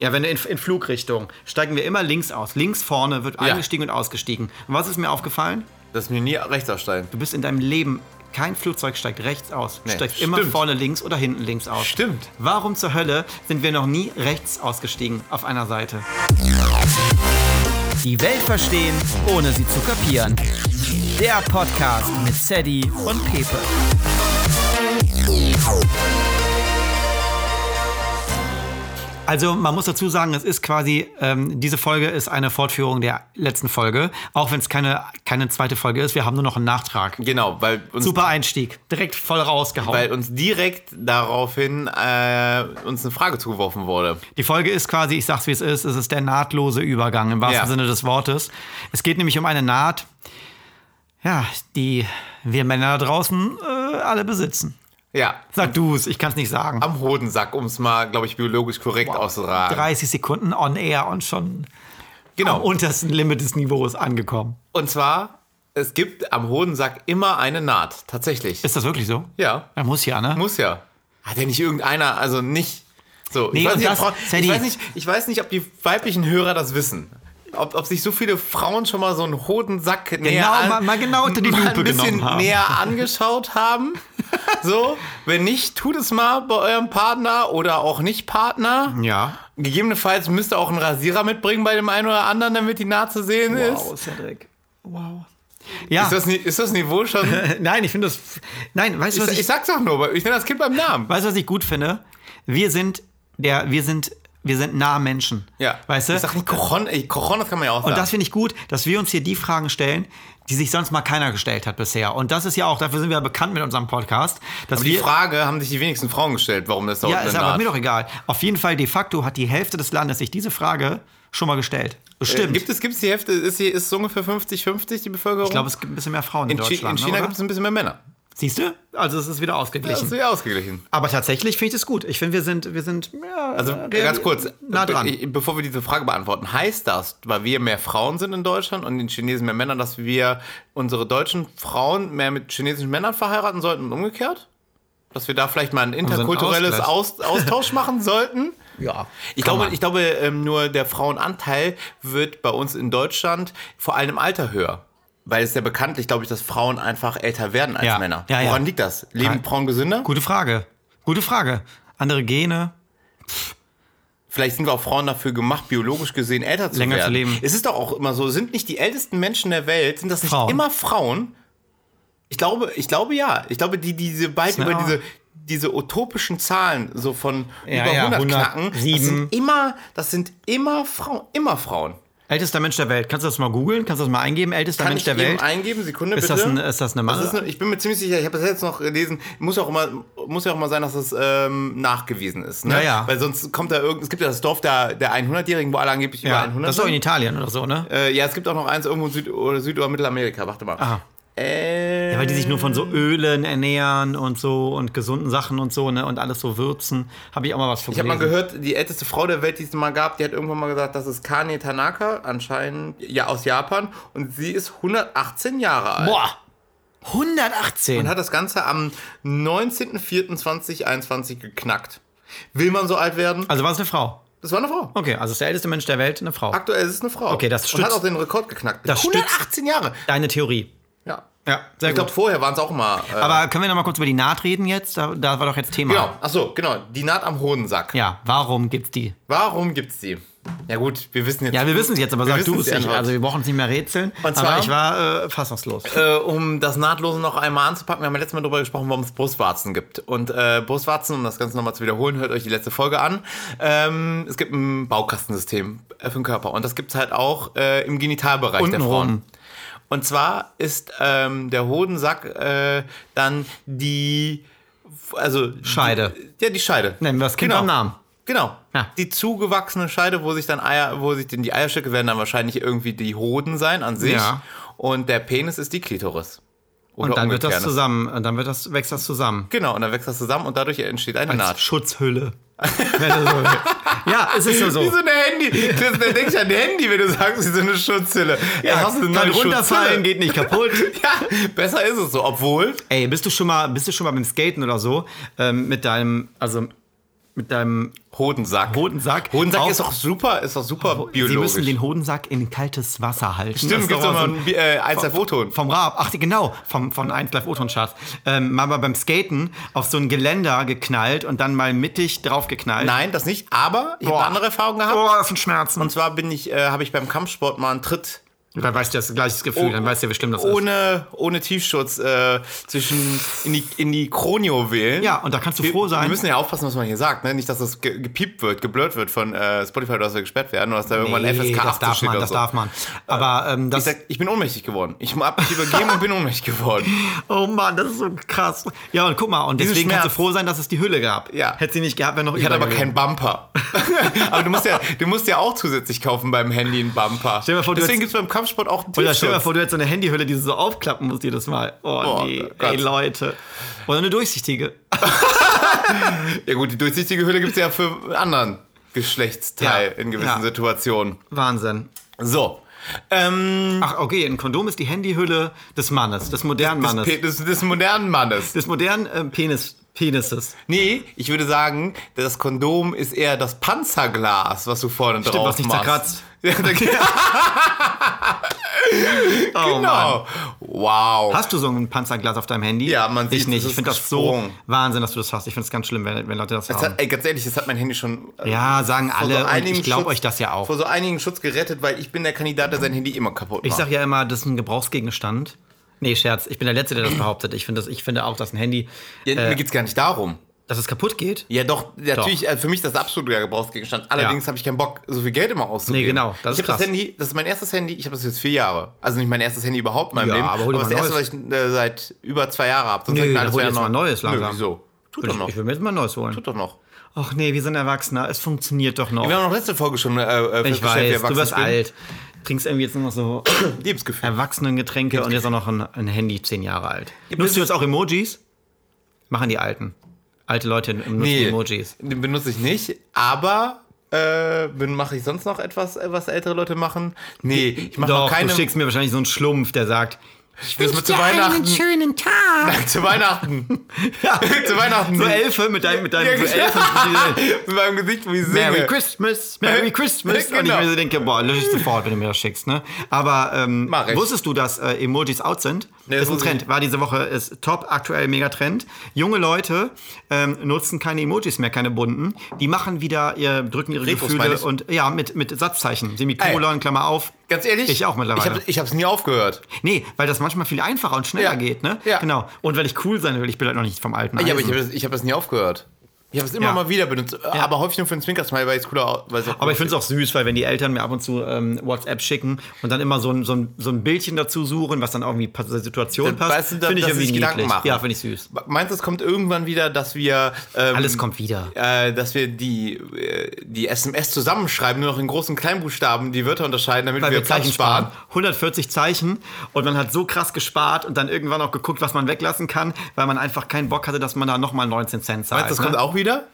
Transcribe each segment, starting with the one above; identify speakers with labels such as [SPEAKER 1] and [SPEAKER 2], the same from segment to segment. [SPEAKER 1] Ja, wenn in, in Flugrichtung steigen wir immer links aus. Links vorne wird
[SPEAKER 2] Ja.
[SPEAKER 1] eingestiegen und ausgestiegen. Und was ist mir aufgefallen?
[SPEAKER 2] Das ist mir nie rechter Stein.
[SPEAKER 1] Du bist in deinem Leben, kein Flugzeug steigt rechts aus. Du
[SPEAKER 2] Nee,
[SPEAKER 1] steigst
[SPEAKER 2] stimmt.
[SPEAKER 1] immer vorne links oder hinten links aus.
[SPEAKER 2] Stimmt.
[SPEAKER 1] Warum zur Hölle sind wir noch nie rechts ausgestiegen auf einer Seite?
[SPEAKER 3] Die Welt verstehen, ohne sie zu kapieren. Der Podcast mit Sadie und Pepe.
[SPEAKER 1] Also man muss dazu sagen, es ist quasi, ähm, diese Folge ist eine Fortführung der letzten Folge, auch wenn es keine, keine zweite Folge ist. Wir haben nur noch einen Nachtrag.
[SPEAKER 2] Genau, weil uns,
[SPEAKER 1] Super Einstieg, direkt voll rausgehauen.
[SPEAKER 2] weil uns direkt daraufhin äh, uns eine Frage zugeworfen wurde.
[SPEAKER 1] Die Folge ist quasi, ich sag's wie es ist, es ist der nahtlose Übergang im wahrsten
[SPEAKER 2] Ja.
[SPEAKER 1] Sinne des Wortes. Es geht nämlich um eine Naht, ja, die wir Männer da draußen äh, alle besitzen.
[SPEAKER 2] Ja,
[SPEAKER 1] Sag du's, ich kann's nicht sagen.
[SPEAKER 2] am Hodensack, um es mal, glaube ich, biologisch korrekt auszuragen.
[SPEAKER 1] 30 Sekunden on air und schon am
[SPEAKER 2] genau. Und,
[SPEAKER 1] untersten Limit des Niveaus angekommen.
[SPEAKER 2] und zwar, es gibt am Hodensack immer eine Naht, tatsächlich.
[SPEAKER 1] Ist das wirklich so?
[SPEAKER 2] ja,
[SPEAKER 1] Ja, muss ja, ne?
[SPEAKER 2] muss ja. Hat ja nicht irgendeiner, also nicht. So,
[SPEAKER 1] Nee,
[SPEAKER 2] ich, weiß
[SPEAKER 1] und
[SPEAKER 2] nicht, ob
[SPEAKER 1] das-
[SPEAKER 2] Frauen-
[SPEAKER 1] Sadie.
[SPEAKER 2] ich, weiß nicht, ich weiß nicht, ob die weiblichen Hörer das wissen. Ob, ob sich so viele Frauen schon mal so einen Hodensack näher an,
[SPEAKER 1] mal- mal genau unter die
[SPEAKER 2] mal
[SPEAKER 1] Lupe
[SPEAKER 2] ein bisschen
[SPEAKER 1] genommen haben.
[SPEAKER 2] näher angeschaut haben. So, wenn nicht, tut es mal bei eurem Partner oder auch nicht Partner.
[SPEAKER 1] ja.
[SPEAKER 2] Gegebenenfalls müsst ihr auch einen Rasierer mitbringen bei dem einen oder anderen, damit die nah zu sehen ist.
[SPEAKER 1] Cedric. Wow. Ja,
[SPEAKER 2] Ist das, Ni- ist das Niveau schon?
[SPEAKER 1] nein, ich finde das. Nein, weißt du, was
[SPEAKER 2] ich,
[SPEAKER 1] ich,
[SPEAKER 2] ich sag's doch nur, weil ich nenne das Kind beim Namen.
[SPEAKER 1] Weißt du, was ich gut finde? Wir sind der, wir sind, wir sind nahe Menschen.
[SPEAKER 2] Ja.
[SPEAKER 1] Weißt du?
[SPEAKER 2] Ich sag nicht Kochon, ey, Kochon, das kann man ja auch
[SPEAKER 1] und
[SPEAKER 2] sagen.
[SPEAKER 1] das finde ich gut, dass wir uns hier die Fragen stellen, die sich sonst mal keiner gestellt hat bisher. Und das ist ja auch, dafür sind wir ja bekannt mit unserem Podcast, dass
[SPEAKER 2] Die
[SPEAKER 1] wir.
[SPEAKER 2] Frage haben sich die wenigsten Frauen gestellt, warum das da
[SPEAKER 1] ja,
[SPEAKER 2] unten
[SPEAKER 1] ist
[SPEAKER 2] eine
[SPEAKER 1] aber
[SPEAKER 2] Naht-
[SPEAKER 1] mir doch egal. Auf jeden Fall, de facto hat die Hälfte des Landes sich diese Frage schon mal gestellt. Bestimmt.
[SPEAKER 2] Äh, Gibt es gibt's die Hälfte, ist, die, ist so ungefähr 50-50 die Bevölkerung?
[SPEAKER 1] ich glaube, es gibt ein bisschen mehr Frauen in,
[SPEAKER 2] in, Chi-
[SPEAKER 1] Deutschland.
[SPEAKER 2] in China
[SPEAKER 1] ne,
[SPEAKER 2] gibt es ein bisschen mehr Männer.
[SPEAKER 1] Siehst du? Also es ist wieder
[SPEAKER 2] Das ist
[SPEAKER 1] ausgeglichen.
[SPEAKER 2] wieder ausgeglichen.
[SPEAKER 1] aber tatsächlich finde ich das gut. Ich finde, wir sind, wir sind ja,
[SPEAKER 2] Also
[SPEAKER 1] real-
[SPEAKER 2] ganz kurz,
[SPEAKER 1] nah dran.
[SPEAKER 2] be- bevor wir diese Frage beantworten, heißt das, weil wir mehr Frauen sind in Deutschland und den Chinesen mehr Männer, dass wir unsere deutschen Frauen mehr mit chinesischen Männern verheiraten sollten und umgekehrt? Dass wir da vielleicht mal ein interkulturelles
[SPEAKER 1] Ausgleich.
[SPEAKER 2] Aus Austausch machen sollten?
[SPEAKER 1] ja.
[SPEAKER 2] Ich
[SPEAKER 1] kann
[SPEAKER 2] glaube,
[SPEAKER 1] man.
[SPEAKER 2] ich glaube ähm, nur der Frauenanteil wird bei uns in Deutschland vor allem im Alter höher. Weil es ja bekanntlich, glaube ich, dass Frauen einfach älter werden als
[SPEAKER 1] Ja.
[SPEAKER 2] Männer.
[SPEAKER 1] Ja, ja.
[SPEAKER 2] Woran liegt das? Leben
[SPEAKER 1] Kein-
[SPEAKER 2] Frauen gesünder?
[SPEAKER 1] Gute Frage. Gute Frage. Andere Gene.
[SPEAKER 2] Vielleicht sind wir auch Frauen dafür gemacht, biologisch gesehen älter zu
[SPEAKER 1] Länger zu
[SPEAKER 2] werden.
[SPEAKER 1] leben.
[SPEAKER 2] Es ist doch auch immer so, sind nicht die ältesten Menschen der Welt, sind das nicht
[SPEAKER 1] Frauen.
[SPEAKER 2] immer Frauen? Ich glaube, ich glaube ja. Ich glaube, die, die diese bald über
[SPEAKER 1] Ja.
[SPEAKER 2] diese, diese utopischen Zahlen so von
[SPEAKER 1] Ja,
[SPEAKER 2] über
[SPEAKER 1] ja,
[SPEAKER 2] 100 knacken, das
[SPEAKER 1] 107.
[SPEAKER 2] sind immer, das sind immer Frauen, immer Frauen.
[SPEAKER 1] Ältester Mensch der Welt. Kannst du das mal googeln? Kannst du das mal eingeben? Ältester
[SPEAKER 2] Kann
[SPEAKER 1] Mensch
[SPEAKER 2] ich
[SPEAKER 1] der
[SPEAKER 2] eben
[SPEAKER 1] Welt.
[SPEAKER 2] eingeben? Sekunde
[SPEAKER 1] Ist
[SPEAKER 2] bitte.
[SPEAKER 1] das, ein, ist das eine Mann?
[SPEAKER 2] Das ist eine, ich bin mir ziemlich sicher, ich habe das jetzt noch gelesen, muss ja auch immer, muss ja auch mal sein, dass das ähm, nachgewiesen ist. Ne?
[SPEAKER 1] Ja, ja.
[SPEAKER 2] Weil sonst kommt da irgend, es gibt ja das Dorf der, der 100-Jährigen, wo alle angeblich über
[SPEAKER 1] ja,
[SPEAKER 2] 100
[SPEAKER 1] das ist doch in
[SPEAKER 2] sind.
[SPEAKER 1] Italien oder so, ne?
[SPEAKER 2] Äh, ja, es gibt auch noch eins irgendwo in Süd- oder, Süd- oder Mittelamerika, warte mal.
[SPEAKER 1] Ah.
[SPEAKER 2] Äh,
[SPEAKER 1] Weil die sich nur von so Ölen ernähren und so und gesunden Sachen und so, ne? Und alles so würzen. Habe ich auch mal was von
[SPEAKER 2] ich habe mal
[SPEAKER 1] gelesen.
[SPEAKER 2] gehört, die älteste Frau der Welt, die es mal gab, die hat irgendwann mal gesagt, das ist Kane Tanaka, anscheinend ja aus Japan, und sie ist 118 Jahre alt.
[SPEAKER 1] Boah! 118.
[SPEAKER 2] und hat das Ganze am 19.04.2021 geknackt. Will man so alt werden?
[SPEAKER 1] also war es eine Frau.
[SPEAKER 2] Das war eine Frau.
[SPEAKER 1] Okay, also ist der älteste Mensch der Welt eine Frau.
[SPEAKER 2] Aktuell ist es eine Frau.
[SPEAKER 1] Okay, das
[SPEAKER 2] Und hat
[SPEAKER 1] stützt-
[SPEAKER 2] auch den Rekord geknackt. Mit
[SPEAKER 1] Das stützt-
[SPEAKER 2] 118 Jahre.
[SPEAKER 1] Deine Theorie.
[SPEAKER 2] Ja.
[SPEAKER 1] Ja, sehr
[SPEAKER 2] Ich glaube,
[SPEAKER 1] gut.
[SPEAKER 2] vorher waren es auch mal. Äh,
[SPEAKER 1] Aber können wir noch mal kurz über die Naht reden jetzt? Da, da war doch jetzt Thema.
[SPEAKER 2] genau. Achso, genau. Die Naht am Hodensack.
[SPEAKER 1] Ja, warum gibt's die?
[SPEAKER 2] Warum gibt's die? Ja, gut, wir wissen jetzt.
[SPEAKER 1] Ja, wir wissen es jetzt, aber
[SPEAKER 2] Wir
[SPEAKER 1] sag du
[SPEAKER 2] wissen's
[SPEAKER 1] es nicht.
[SPEAKER 2] ja noch.
[SPEAKER 1] Also wir brauchen es nicht mehr rätseln.
[SPEAKER 2] Und zwar-
[SPEAKER 1] aber ich war äh, fassungslos.
[SPEAKER 2] äh, um das Nahtlose noch einmal anzupacken, wir haben ja letztes Mal darüber gesprochen, warum es Brustwarzen gibt. Und äh, Brustwarzen, um das Ganze nochmal zu wiederholen, hört euch die letzte Folge an. Ähm, es gibt ein Baukastensystem äh, für den Körper und das gibt es halt auch äh, im Genitalbereich der Frauen.
[SPEAKER 1] Untenrum.
[SPEAKER 2] Und zwar ist ähm, der Hodensack äh, dann die, also
[SPEAKER 1] Scheide.
[SPEAKER 2] Die, ja, die Scheide.
[SPEAKER 1] Nennen wir das Kind
[SPEAKER 2] genau.
[SPEAKER 1] beim Namen.
[SPEAKER 2] Genau.
[SPEAKER 1] Ja.
[SPEAKER 2] Die zugewachsene Scheide, wo sich dann Eier, wo sich denn die Eierstücke werden dann wahrscheinlich irgendwie die Hoden sein an sich.
[SPEAKER 1] Ja.
[SPEAKER 2] Und der Penis ist die Klitoris. Oder
[SPEAKER 1] Und dann wird das
[SPEAKER 2] umgekehrt.
[SPEAKER 1] zusammen, und dann wird das, wächst das zusammen.
[SPEAKER 2] Genau, und dann wächst das zusammen und dadurch entsteht eine Naht.
[SPEAKER 1] Schutzhülle. Wenn du so willst. ja, es ist ja so.
[SPEAKER 2] Wie so eine Handy. Das- Da denkst du an ein Handy, wenn du sagst, wie so eine Schutzhülle. Ey,
[SPEAKER 1] Ja,
[SPEAKER 2] hast du eine
[SPEAKER 1] kann
[SPEAKER 2] neue
[SPEAKER 1] runterfallen,
[SPEAKER 2] Schutzhülle?
[SPEAKER 1] geht nicht kaputt.
[SPEAKER 2] Ja, besser ist es so. Obwohl,
[SPEAKER 1] Ey, bist du schon mal, bist du schon mal beim Skaten oder so ähm, mit deinem, also mit deinem
[SPEAKER 2] Hodensack.
[SPEAKER 1] Hodensack.
[SPEAKER 2] Hodensack
[SPEAKER 1] Auch- Oh,
[SPEAKER 2] ist doch super, ist doch super biologisch.
[SPEAKER 1] Sie müssen den Hodensack in kaltes Wasser halten. Das
[SPEAKER 2] Stimmt,
[SPEAKER 1] ist
[SPEAKER 2] gibt's doch
[SPEAKER 1] so
[SPEAKER 2] mal
[SPEAKER 1] ein-
[SPEAKER 2] ein Bi- äh, 1 der Foton.
[SPEAKER 1] Vom Raab, ach genau, vom, von 1 Live Oton-Charts. Ähm, mal beim Skaten auf so ein Geländer geknallt und dann mal mittig draufgeknallt.
[SPEAKER 2] Nein, das nicht, aber ich
[SPEAKER 1] Boah.
[SPEAKER 2] habe eine andere Erfahrung gehabt.
[SPEAKER 1] Oh, das sind Schmerzen.
[SPEAKER 2] Und zwar bin ich, äh, habe ich beim Kampfsport mal einen Tritt
[SPEAKER 1] dann weißt du das gleiche Gefühl,
[SPEAKER 2] Oh,
[SPEAKER 1] dann weißt du, wie schlimm das ist.
[SPEAKER 2] ohne, ohne Tiefschutz äh, zwischen in die, in die Kronio wählen.
[SPEAKER 1] Ja, und da kannst du
[SPEAKER 2] wir,
[SPEAKER 1] froh sein.
[SPEAKER 2] Wir müssen ja aufpassen, was man hier sagt, ne? Nicht, dass das ge gepiept wird, geblurrt wird von äh, Spotify oder dass wir gesperrt werden oder dass da irgendwann
[SPEAKER 1] Nee,
[SPEAKER 2] FSK
[SPEAKER 1] das
[SPEAKER 2] 18
[SPEAKER 1] darf
[SPEAKER 2] steht
[SPEAKER 1] man,
[SPEAKER 2] oder
[SPEAKER 1] das
[SPEAKER 2] so.
[SPEAKER 1] darf man. Aber ähm,
[SPEAKER 2] Ich,
[SPEAKER 1] das,
[SPEAKER 2] sag, ich bin ohnmächtig geworden. Ich hab mich übergeben und bin ohnmächtig geworden.
[SPEAKER 1] oh Mann, das ist so krass. Ja, und guck mal, und
[SPEAKER 2] Diese
[SPEAKER 1] deswegen kannst du
[SPEAKER 2] Schmerz.
[SPEAKER 1] froh sein, dass es die Hülle gab.
[SPEAKER 2] Ja.
[SPEAKER 1] Hätte sie nicht gehabt, wäre noch
[SPEAKER 2] Ich hatte aber keinen Bumper. aber du musst, ja, du musst ja auch zusätzlich kaufen beim Handy einen Bumper.
[SPEAKER 1] Stell dir mal vor, du
[SPEAKER 2] Deswegen
[SPEAKER 1] hättest-
[SPEAKER 2] gibt es beim Kampfsport auch einen
[SPEAKER 1] Oder stell dir mal
[SPEAKER 2] Tiefschutz.
[SPEAKER 1] vor, du hättest so eine Handyhülle, die du so aufklappen musst jedes Mal. Oh,
[SPEAKER 2] Oh
[SPEAKER 1] nee,
[SPEAKER 2] Gott.
[SPEAKER 1] ey Leute. Oder eine durchsichtige.
[SPEAKER 2] Ja gut, die durchsichtige Hülle gibt es ja für einen anderen Geschlechtsteil
[SPEAKER 1] Ja,
[SPEAKER 2] in gewissen
[SPEAKER 1] ja.
[SPEAKER 2] Situationen.
[SPEAKER 1] Wahnsinn.
[SPEAKER 2] So. Ähm,
[SPEAKER 1] Ach, okay, ein Kondom ist die Handyhülle des Mannes, des modernen
[SPEAKER 2] des,
[SPEAKER 1] Mannes.
[SPEAKER 2] Pe- des, des modernen Mannes.
[SPEAKER 1] des modernen ähm, Penis, Penises.
[SPEAKER 2] Nee, ich würde sagen, das Kondom ist eher das Panzerglas, was du vorne
[SPEAKER 1] Stimmt,
[SPEAKER 2] drauf
[SPEAKER 1] was nicht
[SPEAKER 2] machst.
[SPEAKER 1] zerkratzt.
[SPEAKER 2] Ja, da- genau. wow.
[SPEAKER 1] Oh Hast du so ein Panzerglas auf deinem Handy?
[SPEAKER 2] Ja, man
[SPEAKER 1] Ich
[SPEAKER 2] sieht's,
[SPEAKER 1] nicht.
[SPEAKER 2] es
[SPEAKER 1] Ich
[SPEAKER 2] ist
[SPEAKER 1] finde das so
[SPEAKER 2] gesprungen.
[SPEAKER 1] Wahnsinn, dass du das hast. Ich finde es ganz schlimm, wenn, wenn Leute das
[SPEAKER 2] Das
[SPEAKER 1] haben.
[SPEAKER 2] hat, ey, ganz ehrlich, das hat mein Handy schon äh,
[SPEAKER 1] Ja, sagen
[SPEAKER 2] vor
[SPEAKER 1] alle. und
[SPEAKER 2] einigen
[SPEAKER 1] ich glaube
[SPEAKER 2] Schutz-
[SPEAKER 1] euch das ja auch.
[SPEAKER 2] Vor so einigen Schutz gerettet, weil ich bin der Kandidat, der sein Handy immer kaputt macht.
[SPEAKER 1] Ich sage ja immer, das ist ein Gebrauchsgegenstand. Nee, Scherz. Ich bin der Letzte, der das behauptet. Ich finde das- ich finde auch, dass ein Handy,
[SPEAKER 2] ja, mir geht's gar nicht darum.
[SPEAKER 1] dass es kaputt geht.
[SPEAKER 2] Ja, doch, natürlich, äh, für mich das absolute Gebrauchsgegenstand. Allerdings
[SPEAKER 1] Ja.
[SPEAKER 2] habe ich keinen Bock, so viel Geld immer auszugeben.
[SPEAKER 1] Nee, genau, das
[SPEAKER 2] ich
[SPEAKER 1] ist
[SPEAKER 2] habe
[SPEAKER 1] krass.
[SPEAKER 2] das Handy, das ist mein erstes Handy, ich habe das jetzt vier Jahre. Also nicht mein erstes Handy überhaupt in meinem
[SPEAKER 1] Ja,
[SPEAKER 2] Leben,
[SPEAKER 1] aber hol dir
[SPEAKER 2] das
[SPEAKER 1] mal ein
[SPEAKER 2] erste, was ich äh, seit über zwei Jahren habe. Sonst
[SPEAKER 1] Nö,
[SPEAKER 2] hab ich
[SPEAKER 1] dann
[SPEAKER 2] alles
[SPEAKER 1] hol dir
[SPEAKER 2] wieder
[SPEAKER 1] jetzt mal ein neues langsam.
[SPEAKER 2] Nö, wieso? Tut
[SPEAKER 1] Ich,
[SPEAKER 2] doch noch.
[SPEAKER 1] ich will mir jetzt mal ein neues holen.
[SPEAKER 2] Tut doch noch.
[SPEAKER 1] Ach nee, wir sind Erwachsener. Es funktioniert doch noch.
[SPEAKER 2] Wir haben noch letzte Folge schon äh, äh,
[SPEAKER 1] Ich
[SPEAKER 2] festgestellt, wie
[SPEAKER 1] weiß,
[SPEAKER 2] erwachsen
[SPEAKER 1] du wirst
[SPEAKER 2] ich bin.
[SPEAKER 1] alt. Trinkst irgendwie jetzt nur noch so
[SPEAKER 2] Liebesgefühl.
[SPEAKER 1] Erwachsenengetränke und jetzt auch noch ein, ein Handy, zehn Jahre alt.
[SPEAKER 2] bis-
[SPEAKER 1] Nutzt du jetzt auch Emojis? Machen die Alten. Alte Leute nutzen Emojis.
[SPEAKER 2] den benutze ich nicht, aber äh, bin- mache ich sonst noch etwas, äh, was ältere Leute machen? Nee, ich mache
[SPEAKER 1] Doch,
[SPEAKER 2] noch keine...
[SPEAKER 1] du schickst mir wahrscheinlich so einen Schlumpf, der sagt,
[SPEAKER 2] ich will zu Weihnachten.
[SPEAKER 1] schönen Tag.
[SPEAKER 2] Zu Weihnachten.
[SPEAKER 1] Ja.
[SPEAKER 2] zu Weihnachten.
[SPEAKER 1] So Elfe mit deinem, mit deinem
[SPEAKER 2] Ja,
[SPEAKER 1] so
[SPEAKER 2] genau.
[SPEAKER 1] Elfen, die-
[SPEAKER 2] Mit meinem Gesicht, wie ich singe.
[SPEAKER 1] Merry Christmas, Merry Christmas. Und ich
[SPEAKER 2] Genau.
[SPEAKER 1] mir so denke, boah, lösche ich sofort, wenn du mir das schickst. Ne? Aber ähm,
[SPEAKER 2] Mach ich.
[SPEAKER 1] wusstest du, dass äh, Emojis out sind?
[SPEAKER 2] Nee, das
[SPEAKER 1] ist ein
[SPEAKER 2] wusste ich
[SPEAKER 1] Trend. War diese Woche, ist top, aktuell mega Trend. Junge Leute ähm, nutzen keine Emojis mehr, keine bunten. Die machen wieder, ihr, drücken ihre
[SPEAKER 2] Retros, meine
[SPEAKER 1] Gefühle
[SPEAKER 2] ich.
[SPEAKER 1] und ja, mit, mit Satzzeichen. Semikolon, Klammer auf.
[SPEAKER 2] Ganz e- ehrlich?
[SPEAKER 1] Ich auch mittlerweile.
[SPEAKER 2] Ich hab- Ich habe es nie aufgehört.
[SPEAKER 1] Nee, weil das manchmal viel einfacher und schneller
[SPEAKER 2] Ja.
[SPEAKER 1] geht, ne?
[SPEAKER 2] Ja.
[SPEAKER 1] Genau. Und weil ich cool sein will, ich bin halt noch nicht vom alten Eisen.
[SPEAKER 2] Ja, aber ich habe ich hab das nie aufgehört. Ich habe es immer
[SPEAKER 1] Ja.
[SPEAKER 2] mal wieder benutzt, aber häufig nur für den Zwinkersmile, weil es cooler au- weil es auch
[SPEAKER 1] Aber ich finde es auch süß, weil wenn die Eltern mir ab und zu ähm, WhatsApp schicken und dann immer so ein, so, ein, so ein Bildchen dazu suchen, was dann auch irgendwie passt- zur Situation
[SPEAKER 2] Dann
[SPEAKER 1] passt,
[SPEAKER 2] weißt du, dass-
[SPEAKER 1] finde ich
[SPEAKER 2] dass sie
[SPEAKER 1] irgendwie
[SPEAKER 2] sich Gedanken
[SPEAKER 1] niedlich.
[SPEAKER 2] machen.
[SPEAKER 1] Ja, finde ich süß. Mhm.
[SPEAKER 2] Meinst du, es kommt irgendwann wieder, dass wir ähm,
[SPEAKER 1] Alles kommt wieder.
[SPEAKER 2] äh, dass wir die, äh, die SMS zusammenschreiben, nur noch in großen Kleinbuchstaben die Wörter unterscheiden, damit
[SPEAKER 1] Weil
[SPEAKER 2] wir,
[SPEAKER 1] wir Zeichen
[SPEAKER 2] Platz sparen?
[SPEAKER 1] sparen. 140 Zeichen und man hat so krass gespart und dann irgendwann auch geguckt, was man weglassen kann, weil man einfach keinen Bock hatte, dass man da nochmal 19 Cent zahlt.
[SPEAKER 2] Meinst du, das
[SPEAKER 1] ne?
[SPEAKER 2] kommt auch wieder?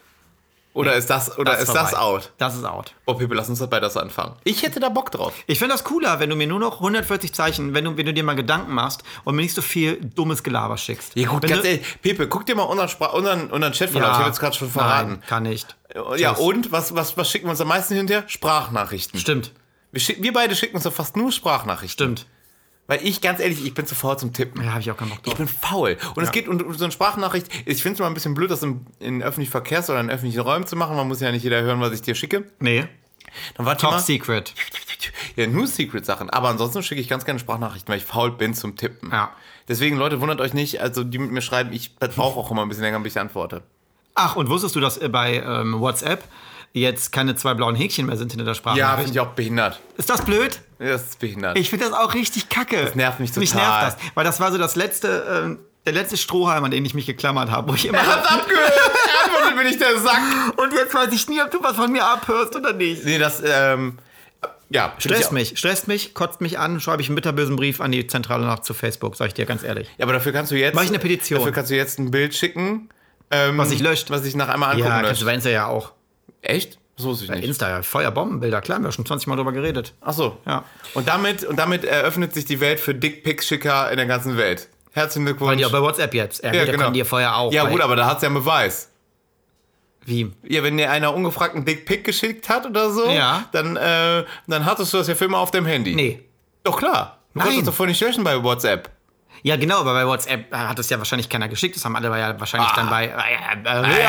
[SPEAKER 2] Oder ist das oder ist das
[SPEAKER 1] vorbei.
[SPEAKER 2] out?
[SPEAKER 1] Das ist out.
[SPEAKER 2] Oh, Pepe, lass uns dabei das anfangen. Ich hätte da Bock drauf.
[SPEAKER 1] Ich finde das cooler, wenn du mir nur noch 140 Zeichen, wenn du, wenn du dir mal Gedanken machst und mir nicht so viel dummes Gelaber schickst.
[SPEAKER 2] Ja, gut,
[SPEAKER 1] wenn
[SPEAKER 2] ganz
[SPEAKER 1] du,
[SPEAKER 2] ehrlich, Pepe, guck dir mal unseren, Spra- unseren, unseren Chatverlauf, ich habe jetzt gerade schon verraten.
[SPEAKER 1] Nein, kann nicht.
[SPEAKER 2] Ja,
[SPEAKER 1] Tschüss.
[SPEAKER 2] und was, was, was schicken wir uns am meisten hinterher? Sprachnachrichten.
[SPEAKER 1] Stimmt,
[SPEAKER 2] Wir, schick, wir beide schicken uns doch fast nur Sprachnachrichten.
[SPEAKER 1] stimmt.
[SPEAKER 2] Weil ich, ganz ehrlich, ich bin zu faul zum Tippen.
[SPEAKER 1] Da habe ich auch keinen Bock drauf.
[SPEAKER 2] Ich bin faul. Und es geht um, um so eine Sprachnachricht. Ich finde es mal ein bisschen blöd, das in, in öffentlichen Verkehrs- oder in öffentlichen Räumen zu machen. Man muss ja nicht jeder hören, was ich dir schicke.
[SPEAKER 1] Nee.
[SPEAKER 2] Dann warte
[SPEAKER 1] Top
[SPEAKER 2] mal.
[SPEAKER 1] Secret.
[SPEAKER 2] Ja, nur Secret-Sachen. Aber ansonsten schicke ich ganz gerne Sprachnachrichten, weil ich faul bin zum Tippen.
[SPEAKER 1] Ja.
[SPEAKER 2] Deswegen, Leute, wundert euch nicht. Also, die mit mir schreiben, ich brauche auch immer ein bisschen länger, bis ich antworte.
[SPEAKER 1] Ach, und wusstest du, dass äh, bei ähm, WhatsApp jetzt keine zwei blauen Häkchen mehr sind hinter der Sprache?
[SPEAKER 2] Ja, finde ich auch behindert.
[SPEAKER 1] Ist das blöd?
[SPEAKER 2] Ja, Das ist behindert.
[SPEAKER 1] Ich finde das auch richtig kacke. Das
[SPEAKER 2] nervt mich
[SPEAKER 1] Mich
[SPEAKER 2] total.
[SPEAKER 1] nervt das, weil das war so das letzte, ähm, der letzte Strohhalm, an den ich mich geklammert habe, wo ich immer.
[SPEAKER 2] hab's abgehört. Antwortet bin ich der Sack.
[SPEAKER 1] und jetzt weiß ich nie, ob du was von mir abhörst oder nicht.
[SPEAKER 2] Nee, das, ähm, ja. bin ich
[SPEAKER 1] Stresst
[SPEAKER 2] auch-
[SPEAKER 1] mich, stresst mich, kotzt mich an, schreibe ich einen bitterbösen Brief an die Zentrale nach zu Facebook, sag ich dir ganz ehrlich.
[SPEAKER 2] Ja, aber dafür kannst du jetzt.
[SPEAKER 1] Mach ich eine Petition.
[SPEAKER 2] Dafür kannst du jetzt ein Bild schicken. ähm,
[SPEAKER 1] Was ich löscht.
[SPEAKER 2] Was ich nach einmal angucken
[SPEAKER 1] ja, kannst du
[SPEAKER 2] lösche.
[SPEAKER 1] bei Insta ja auch.
[SPEAKER 2] Echt? Das wusste ich nicht.
[SPEAKER 1] Insta, ja, Feuerbombenbilder, klar, haben wir schon 20 Mal drüber geredet.
[SPEAKER 2] Ach so.
[SPEAKER 1] Ja.
[SPEAKER 2] Und damit, und damit eröffnet sich die Welt für Dickpick-Schicker in der ganzen Welt. Herzlichen Glückwunsch.
[SPEAKER 1] Ja, bei WhatsApp jetzt. Ja,
[SPEAKER 2] Ja,
[SPEAKER 1] gut, da können die ja vorher auch.
[SPEAKER 2] Ja,
[SPEAKER 1] bei-
[SPEAKER 2] gut, aber da hat's ja einen Beweis.
[SPEAKER 1] Wie?
[SPEAKER 2] Ja, wenn dir einer ungefragt einen Dickpick geschickt hat oder so,
[SPEAKER 1] Ja.
[SPEAKER 2] dann, äh, dann hattest du das ja für immer auf dem Handy.
[SPEAKER 1] Nee.
[SPEAKER 2] Doch klar. Du kannst
[SPEAKER 1] Nein.
[SPEAKER 2] es davon nicht löschen bei WhatsApp.
[SPEAKER 1] Ja, genau, aber bei WhatsApp hat es ja wahrscheinlich keiner geschickt. Das haben alle ja wahrscheinlich
[SPEAKER 2] Ah.
[SPEAKER 1] dann bei. Äh, äh,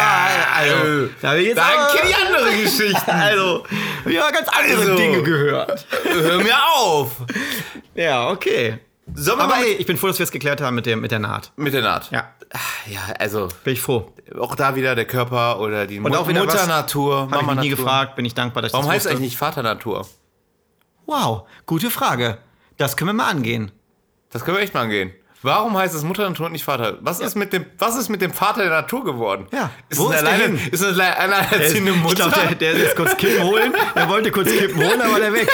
[SPEAKER 2] also,
[SPEAKER 1] da hab ich jetzt
[SPEAKER 2] da
[SPEAKER 1] aber-
[SPEAKER 2] kenn ich andere Geschichten.
[SPEAKER 1] also, wir haben ganz andere
[SPEAKER 2] Also.
[SPEAKER 1] Dinge gehört.
[SPEAKER 2] Hör mir auf.
[SPEAKER 1] Ja, okay.
[SPEAKER 2] Sollen wir
[SPEAKER 1] Aber
[SPEAKER 2] mal
[SPEAKER 1] nee, ich bin froh, dass wir es geklärt haben mit, dem, mit der Naht.
[SPEAKER 2] mit der Naht?
[SPEAKER 1] Ja,
[SPEAKER 2] ja, also
[SPEAKER 1] bin ich froh.
[SPEAKER 2] auch da wieder der Körper oder die Mut-
[SPEAKER 1] auch wieder
[SPEAKER 2] Mutter
[SPEAKER 1] was-
[SPEAKER 2] Natur,
[SPEAKER 1] Habe ich
[SPEAKER 2] Mama
[SPEAKER 1] mich nie
[SPEAKER 2] Natur.
[SPEAKER 1] gefragt, bin ich dankbar, dass ich
[SPEAKER 2] Warum
[SPEAKER 1] das
[SPEAKER 2] heißt es
[SPEAKER 1] wusste.
[SPEAKER 2] eigentlich nicht Vater Natur?
[SPEAKER 1] Wow, gute Frage. Das können wir mal angehen.
[SPEAKER 2] Das können wir echt mal angehen. Warum heißt es Mutter Natur und nicht Vater? Was, ist, mit dem, was ist mit dem Vater der Natur geworden?
[SPEAKER 1] Ja.
[SPEAKER 2] Ist
[SPEAKER 1] Wo
[SPEAKER 2] es
[SPEAKER 1] ist der
[SPEAKER 2] alleine,
[SPEAKER 1] hin?
[SPEAKER 2] ist es eine alleinerziehende
[SPEAKER 1] Ich
[SPEAKER 2] Mutter?
[SPEAKER 1] glaube, der, der ist jetzt kurz Kippen holen. Er wollte kurz Kippen holen, aber der weg.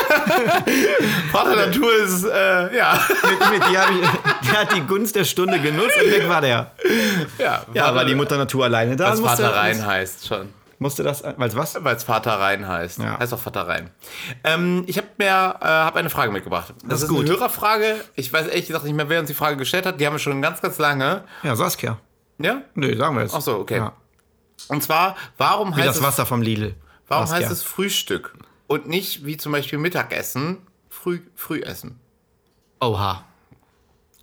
[SPEAKER 2] Vater Natur ist, äh, ja.
[SPEAKER 1] Mit, mit, die, hab ich, der hat die Gunst der Stunde genutzt und weg war der.
[SPEAKER 2] Ja,
[SPEAKER 1] Ja, war die Mutter Natur alleine da.
[SPEAKER 2] Weil es
[SPEAKER 1] und musste-
[SPEAKER 2] Vater rein heißt schon.
[SPEAKER 1] Musste das, weil was?
[SPEAKER 2] Weil es Vater rein heißt.
[SPEAKER 1] Ja.
[SPEAKER 2] Heißt auch Vater rein. Ähm, ich habe mir äh, hab eine Frage mitgebracht. Das, ist
[SPEAKER 1] gut.
[SPEAKER 2] eine Hörerfrage. Ich weiß ehrlich gesagt nicht mehr, wer uns die Frage gestellt hat. Die haben wir schon ganz, ganz lange.
[SPEAKER 1] Ja, Saskia.
[SPEAKER 2] Ja?
[SPEAKER 1] Nö, sagen wir jetzt.
[SPEAKER 2] Ach so, okay.
[SPEAKER 1] Ja.
[SPEAKER 2] Und zwar, warum
[SPEAKER 1] Wie
[SPEAKER 2] heißt
[SPEAKER 1] das
[SPEAKER 2] es
[SPEAKER 1] Wasser vom Lidl.
[SPEAKER 2] Warum
[SPEAKER 1] Saskia.
[SPEAKER 2] heißt es Frühstück und nicht wie zum Beispiel Mittagessen, früh, Frühessen?
[SPEAKER 1] Oha.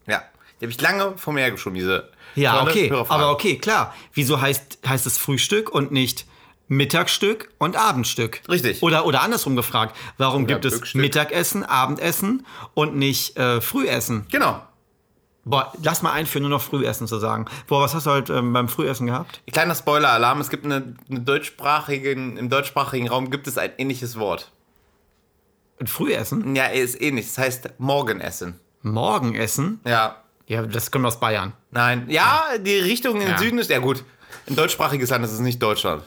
[SPEAKER 2] Ja, die habe ich lange vor mir hergeschoben, diese
[SPEAKER 1] Ja,
[SPEAKER 2] tolle
[SPEAKER 1] okay.
[SPEAKER 2] Hörerfrage.
[SPEAKER 1] Aber okay, klar. Wieso heißt, heißt es Frühstück und nicht Mittagsstück und Abendstück?
[SPEAKER 2] Richtig.
[SPEAKER 1] Oder, oder andersrum gefragt, warum gibt es
[SPEAKER 2] Bückstück.
[SPEAKER 1] Mittagessen, Abendessen und nicht äh, Frühessen?
[SPEAKER 2] Genau.
[SPEAKER 1] Boah, lass mal einführen, nur noch Frühessen zu sagen. Boah, was hast du heute ähm, beim Frühessen gehabt?
[SPEAKER 2] Kleiner Spoiler-Alarm, es gibt eine, eine deutschsprachigen, im deutschsprachigen Raum gibt es ein ähnliches Wort.
[SPEAKER 1] Ein Frühessen?
[SPEAKER 2] Ja, ist ähnlich. Es heißt Morgenessen.
[SPEAKER 1] Morgenessen?
[SPEAKER 2] Ja.
[SPEAKER 1] Ja, das kommt aus Bayern.
[SPEAKER 2] Nein. Ja, die Richtung im
[SPEAKER 1] Ja.
[SPEAKER 2] Süden ist. Ja, gut. Ein deutschsprachiges Land ist es nicht Deutschland.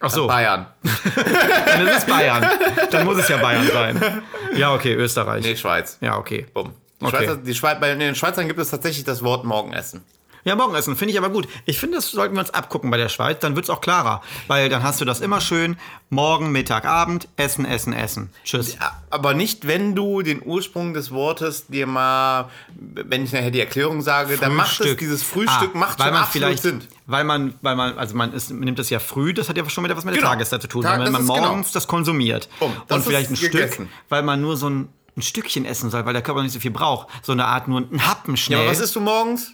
[SPEAKER 1] Ach so,
[SPEAKER 2] Bayern.
[SPEAKER 1] dann ist es Bayern. Dann muss es ja Bayern sein. Ja, okay, Österreich.
[SPEAKER 2] Nee, Schweiz.
[SPEAKER 1] Ja, okay.
[SPEAKER 2] Bumm. Die
[SPEAKER 1] Okay.
[SPEAKER 2] Schweizer, die Schweiz, bei den Schweizern gibt es tatsächlich das Wort Morgenessen.
[SPEAKER 1] Ja, Morgenessen finde ich aber gut. Ich finde, das sollten wir uns abgucken bei der Schweiz. Dann wird es auch klarer. Weil dann hast du das immer schön. Morgen, Mittag, Abend, Essen, Essen, Essen. Tschüss.
[SPEAKER 2] Aber nicht, wenn du den Ursprung des Wortes dir mal, wenn ich nachher die Erklärung sage, dann macht es dieses Frühstück,
[SPEAKER 1] Ah,
[SPEAKER 2] macht
[SPEAKER 1] weil
[SPEAKER 2] schon
[SPEAKER 1] man
[SPEAKER 2] absolut
[SPEAKER 1] vielleicht,
[SPEAKER 2] Sinn.
[SPEAKER 1] Weil man, weil man, also man ist, nimmt das ja früh, das hat ja schon wieder was mit der
[SPEAKER 2] Genau.
[SPEAKER 1] Tageszeit zu tun,
[SPEAKER 2] Tag-
[SPEAKER 1] wenn
[SPEAKER 2] das
[SPEAKER 1] man
[SPEAKER 2] ist
[SPEAKER 1] morgens das konsumiert.
[SPEAKER 2] Bumm, das
[SPEAKER 1] Und vielleicht ein
[SPEAKER 2] ist
[SPEAKER 1] Stück,
[SPEAKER 2] gegessen.
[SPEAKER 1] weil man nur so ein, ein Stückchen essen soll, weil der Körper nicht so viel braucht. So eine Art nur ein Happen
[SPEAKER 2] Ja,
[SPEAKER 1] schnell.
[SPEAKER 2] aber was isst du morgens?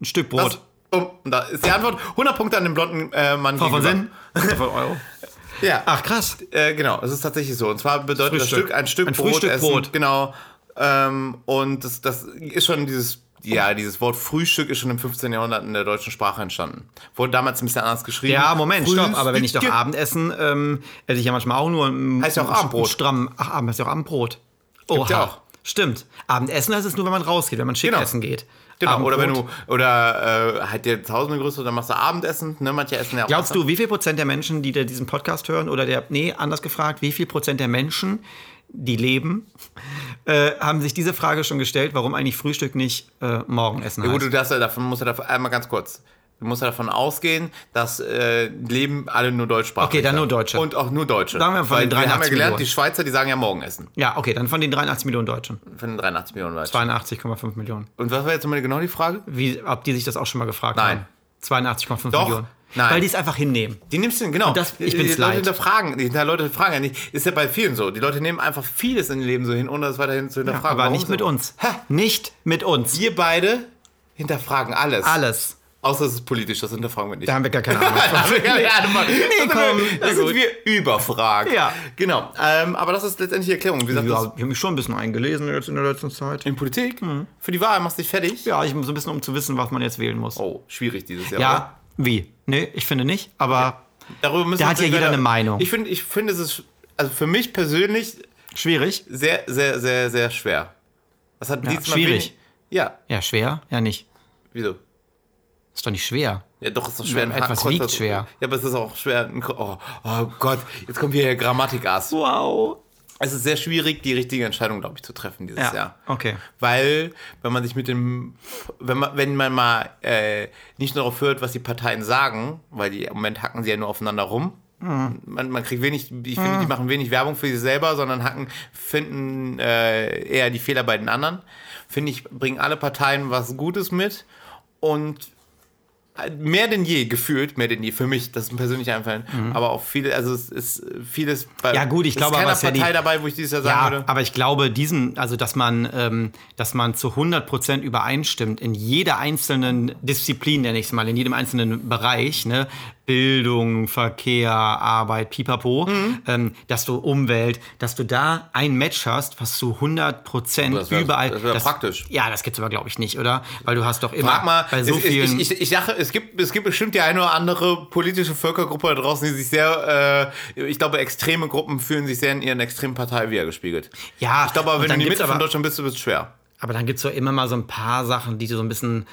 [SPEAKER 1] ein Stück
[SPEAKER 2] Was?
[SPEAKER 1] Brot.
[SPEAKER 2] Oh, und da ist die Antwort 100 Punkte an den blonden äh, Mann.
[SPEAKER 1] Frau von Sinn?
[SPEAKER 2] gegenüber.
[SPEAKER 1] Von Euro.
[SPEAKER 2] Ja,
[SPEAKER 1] Ach, krass.
[SPEAKER 2] äh, genau, es ist tatsächlich so. Und zwar bedeutet das
[SPEAKER 1] Frühstück.
[SPEAKER 2] Stück ein Stück
[SPEAKER 1] Ein
[SPEAKER 2] Brot
[SPEAKER 1] Frühstück
[SPEAKER 2] essen.
[SPEAKER 1] Brot.
[SPEAKER 2] Genau. Ähm, und das, das ist schon dieses, ja, dieses Wort Frühstück ist schon im 15. Jahrhundert in der deutschen Sprache entstanden. Wurde damals ein bisschen anders geschrieben.
[SPEAKER 1] Ja, Moment, stopp. Aber wenn ich doch
[SPEAKER 2] Frühstücke-
[SPEAKER 1] Abendessen, ähm, esse ich ja manchmal auch nur ein,
[SPEAKER 2] Heißt ja auch
[SPEAKER 1] ein
[SPEAKER 2] Abendbrot.
[SPEAKER 1] Stramm, ach, Abend heißt ja auch Abendbrot.
[SPEAKER 2] Gibt's ja auch.
[SPEAKER 1] Stimmt. Abendessen heißt es nur, wenn man rausgeht, wenn man schick
[SPEAKER 2] Genau.
[SPEAKER 1] essen geht.
[SPEAKER 2] Genau,
[SPEAKER 1] Abendbrot.
[SPEAKER 2] oder wenn du, oder äh, halt dir tausende Größe, dann machst du Abendessen, ne, manche essen ja auch
[SPEAKER 1] Glaubst du, wie viel Prozent der Menschen, die da diesen Podcast hören, oder der, nee, anders gefragt, wie viel Prozent der Menschen, die leben, äh, haben sich diese Frage schon gestellt, warum eigentlich Frühstück nicht äh, Morgenessen
[SPEAKER 2] Ja,
[SPEAKER 1] heißt?
[SPEAKER 2] Gut, du darfst ja davon, musst ja davon, einmal ganz kurz. Du musst ja davon ausgehen, dass äh, leben alle nur deutschsprachig.
[SPEAKER 1] Okay, dann nur
[SPEAKER 2] sind.
[SPEAKER 1] Deutsche.
[SPEAKER 2] Und auch nur Deutsche.
[SPEAKER 1] Sagen wir von
[SPEAKER 2] Weil
[SPEAKER 1] den
[SPEAKER 2] wir haben ja
[SPEAKER 1] 83
[SPEAKER 2] gelernt,
[SPEAKER 1] Millionen.
[SPEAKER 2] die Schweizer, die sagen ja Morgenessen.
[SPEAKER 1] ja, okay, dann von den 83 Millionen Deutschen.
[SPEAKER 2] Von den 83 Millionen Leuten.
[SPEAKER 1] 82,5 Millionen.
[SPEAKER 2] Und was war jetzt nochmal genau die Frage?
[SPEAKER 1] Wie, ob die sich das auch schon mal gefragt
[SPEAKER 2] Nein.
[SPEAKER 1] haben? 82,5
[SPEAKER 2] Doch.
[SPEAKER 1] Millionen.
[SPEAKER 2] Nein.
[SPEAKER 1] Weil die es einfach hinnehmen.
[SPEAKER 2] Die nimmst du, genau.
[SPEAKER 1] das- ich
[SPEAKER 2] Die-
[SPEAKER 1] bin's
[SPEAKER 2] die Leute
[SPEAKER 1] leid.
[SPEAKER 2] hinterfragen, die Leute fragen ja nicht. Ist ja bei vielen so. Die Leute nehmen einfach vieles in ihr Leben so hin, ohne das weiterhin zu hinterfragen.
[SPEAKER 1] Aber
[SPEAKER 2] Warum
[SPEAKER 1] nicht
[SPEAKER 2] so?
[SPEAKER 1] mit uns.
[SPEAKER 2] Ha,
[SPEAKER 1] Nicht mit uns.
[SPEAKER 2] wir beide hinterfragen alles.
[SPEAKER 1] Alles.
[SPEAKER 2] Außer es ist politisch, das hinterfragen wir nicht.
[SPEAKER 1] Da haben wir gar keine Ahnung.
[SPEAKER 2] Ja, ja, du mal. Das
[SPEAKER 1] komm,
[SPEAKER 2] sind wir,
[SPEAKER 1] na
[SPEAKER 2] das sind
[SPEAKER 1] gut.
[SPEAKER 2] wir überfragt.
[SPEAKER 1] Ja.
[SPEAKER 2] Genau. Ähm, aber das ist letztendlich die Erklärung. Wie gesagt,
[SPEAKER 1] ja, ich
[SPEAKER 2] das
[SPEAKER 1] habe mich schon ein bisschen eingelesen jetzt in der letzten Zeit.
[SPEAKER 2] in Politik,
[SPEAKER 1] Mhm.
[SPEAKER 2] für die Wahl machst du dich fertig.
[SPEAKER 1] Ja, ich so ein bisschen, um zu wissen, was man jetzt wählen muss.
[SPEAKER 2] Oh, schwierig dieses Jahr. oder?
[SPEAKER 1] Ja, wie? Nee, ich finde nicht, aber
[SPEAKER 2] Darüber müssen
[SPEAKER 1] Da
[SPEAKER 2] wir
[SPEAKER 1] hat ja
[SPEAKER 2] uns
[SPEAKER 1] jeder
[SPEAKER 2] leider-
[SPEAKER 1] eine Meinung.
[SPEAKER 2] Ich finde, ich finde, es ist, also für mich persönlich
[SPEAKER 1] schwierig.
[SPEAKER 2] sehr, sehr, sehr, sehr schwer. Das hat diesmal
[SPEAKER 1] schwierig.
[SPEAKER 2] wenig- Ja,
[SPEAKER 1] Ja, schwer? Ja, nicht.
[SPEAKER 2] wieso?
[SPEAKER 1] Ist doch nicht schwer.
[SPEAKER 2] Ja, doch, ist doch schwer.
[SPEAKER 1] Etwas
[SPEAKER 2] Ein Kreuz-
[SPEAKER 1] wiegt schwer.
[SPEAKER 2] Ja, aber es ist auch schwer. ein Kreuz- Oh, oh Gott, jetzt kommt hier der Grammatikass.
[SPEAKER 1] Wow.
[SPEAKER 2] Es ist sehr schwierig, die richtige Entscheidung, glaube ich, zu treffen dieses
[SPEAKER 1] Ja,
[SPEAKER 2] Jahr.
[SPEAKER 1] okay.
[SPEAKER 2] Weil, wenn man sich mit dem, wenn man, wenn man mal äh, nicht nur darauf hört, was die Parteien sagen, weil die, im Moment hacken sie ja nur aufeinander rum.
[SPEAKER 1] Mhm.
[SPEAKER 2] Man, man kriegt wenig, ich finde, die machen wenig Werbung für sich selber, sondern hacken, finden äh, eher die Fehler bei den anderen. Finde ich, bringen alle Parteien was Gutes mit und äh, mehr denn je gefühlt, mehr denn je für mich, das ist ein persönlicher Einfallen, aber auch viele, also es ist vieles bei
[SPEAKER 1] Mhm. Ja, gut, ich
[SPEAKER 2] es
[SPEAKER 1] glaube,
[SPEAKER 2] ist
[SPEAKER 1] aber
[SPEAKER 2] keiner
[SPEAKER 1] es ist ja die-
[SPEAKER 2] Partei dabei, wo ich dieses Jahr sagen
[SPEAKER 1] Ja,
[SPEAKER 2] würde.
[SPEAKER 1] aber ich glaube, diesen, also dass man, ähm, dass man zu 100% übereinstimmt in jeder einzelnen Disziplin, nenne ich es mal, in jedem einzelnen Bereich, ne? Bildung, Verkehr, Arbeit, pipapo,
[SPEAKER 2] Mhm.
[SPEAKER 1] ähm, dass du Umwelt, dass du da ein Match hast, was zu 100%
[SPEAKER 2] Das wär-
[SPEAKER 1] überall.
[SPEAKER 2] das wär praktisch.
[SPEAKER 1] Ja, das gibt's aber, glaube ich, nicht, oder? Weil du hast doch immer
[SPEAKER 2] Frag mal,
[SPEAKER 1] bei so
[SPEAKER 2] es,
[SPEAKER 1] vielen.
[SPEAKER 2] ich, ich, ich sage, es gibt, es gibt bestimmt die eine oder andere politische Völkergruppe da draußen, die sich sehr, äh, ich glaube, extreme Gruppen fühlen sich sehr in ihren extremen Partei wiedergespiegelt.
[SPEAKER 1] ja,
[SPEAKER 2] Ich glaube, aber,
[SPEAKER 1] und
[SPEAKER 2] wenn du
[SPEAKER 1] dann
[SPEAKER 2] in die
[SPEAKER 1] gibt's
[SPEAKER 2] Mitte von
[SPEAKER 1] aber-
[SPEAKER 2] Deutschland bist, wird es schwer.
[SPEAKER 1] Aber dann gibt es doch immer mal so ein paar Sachen, die du so ein bisschen,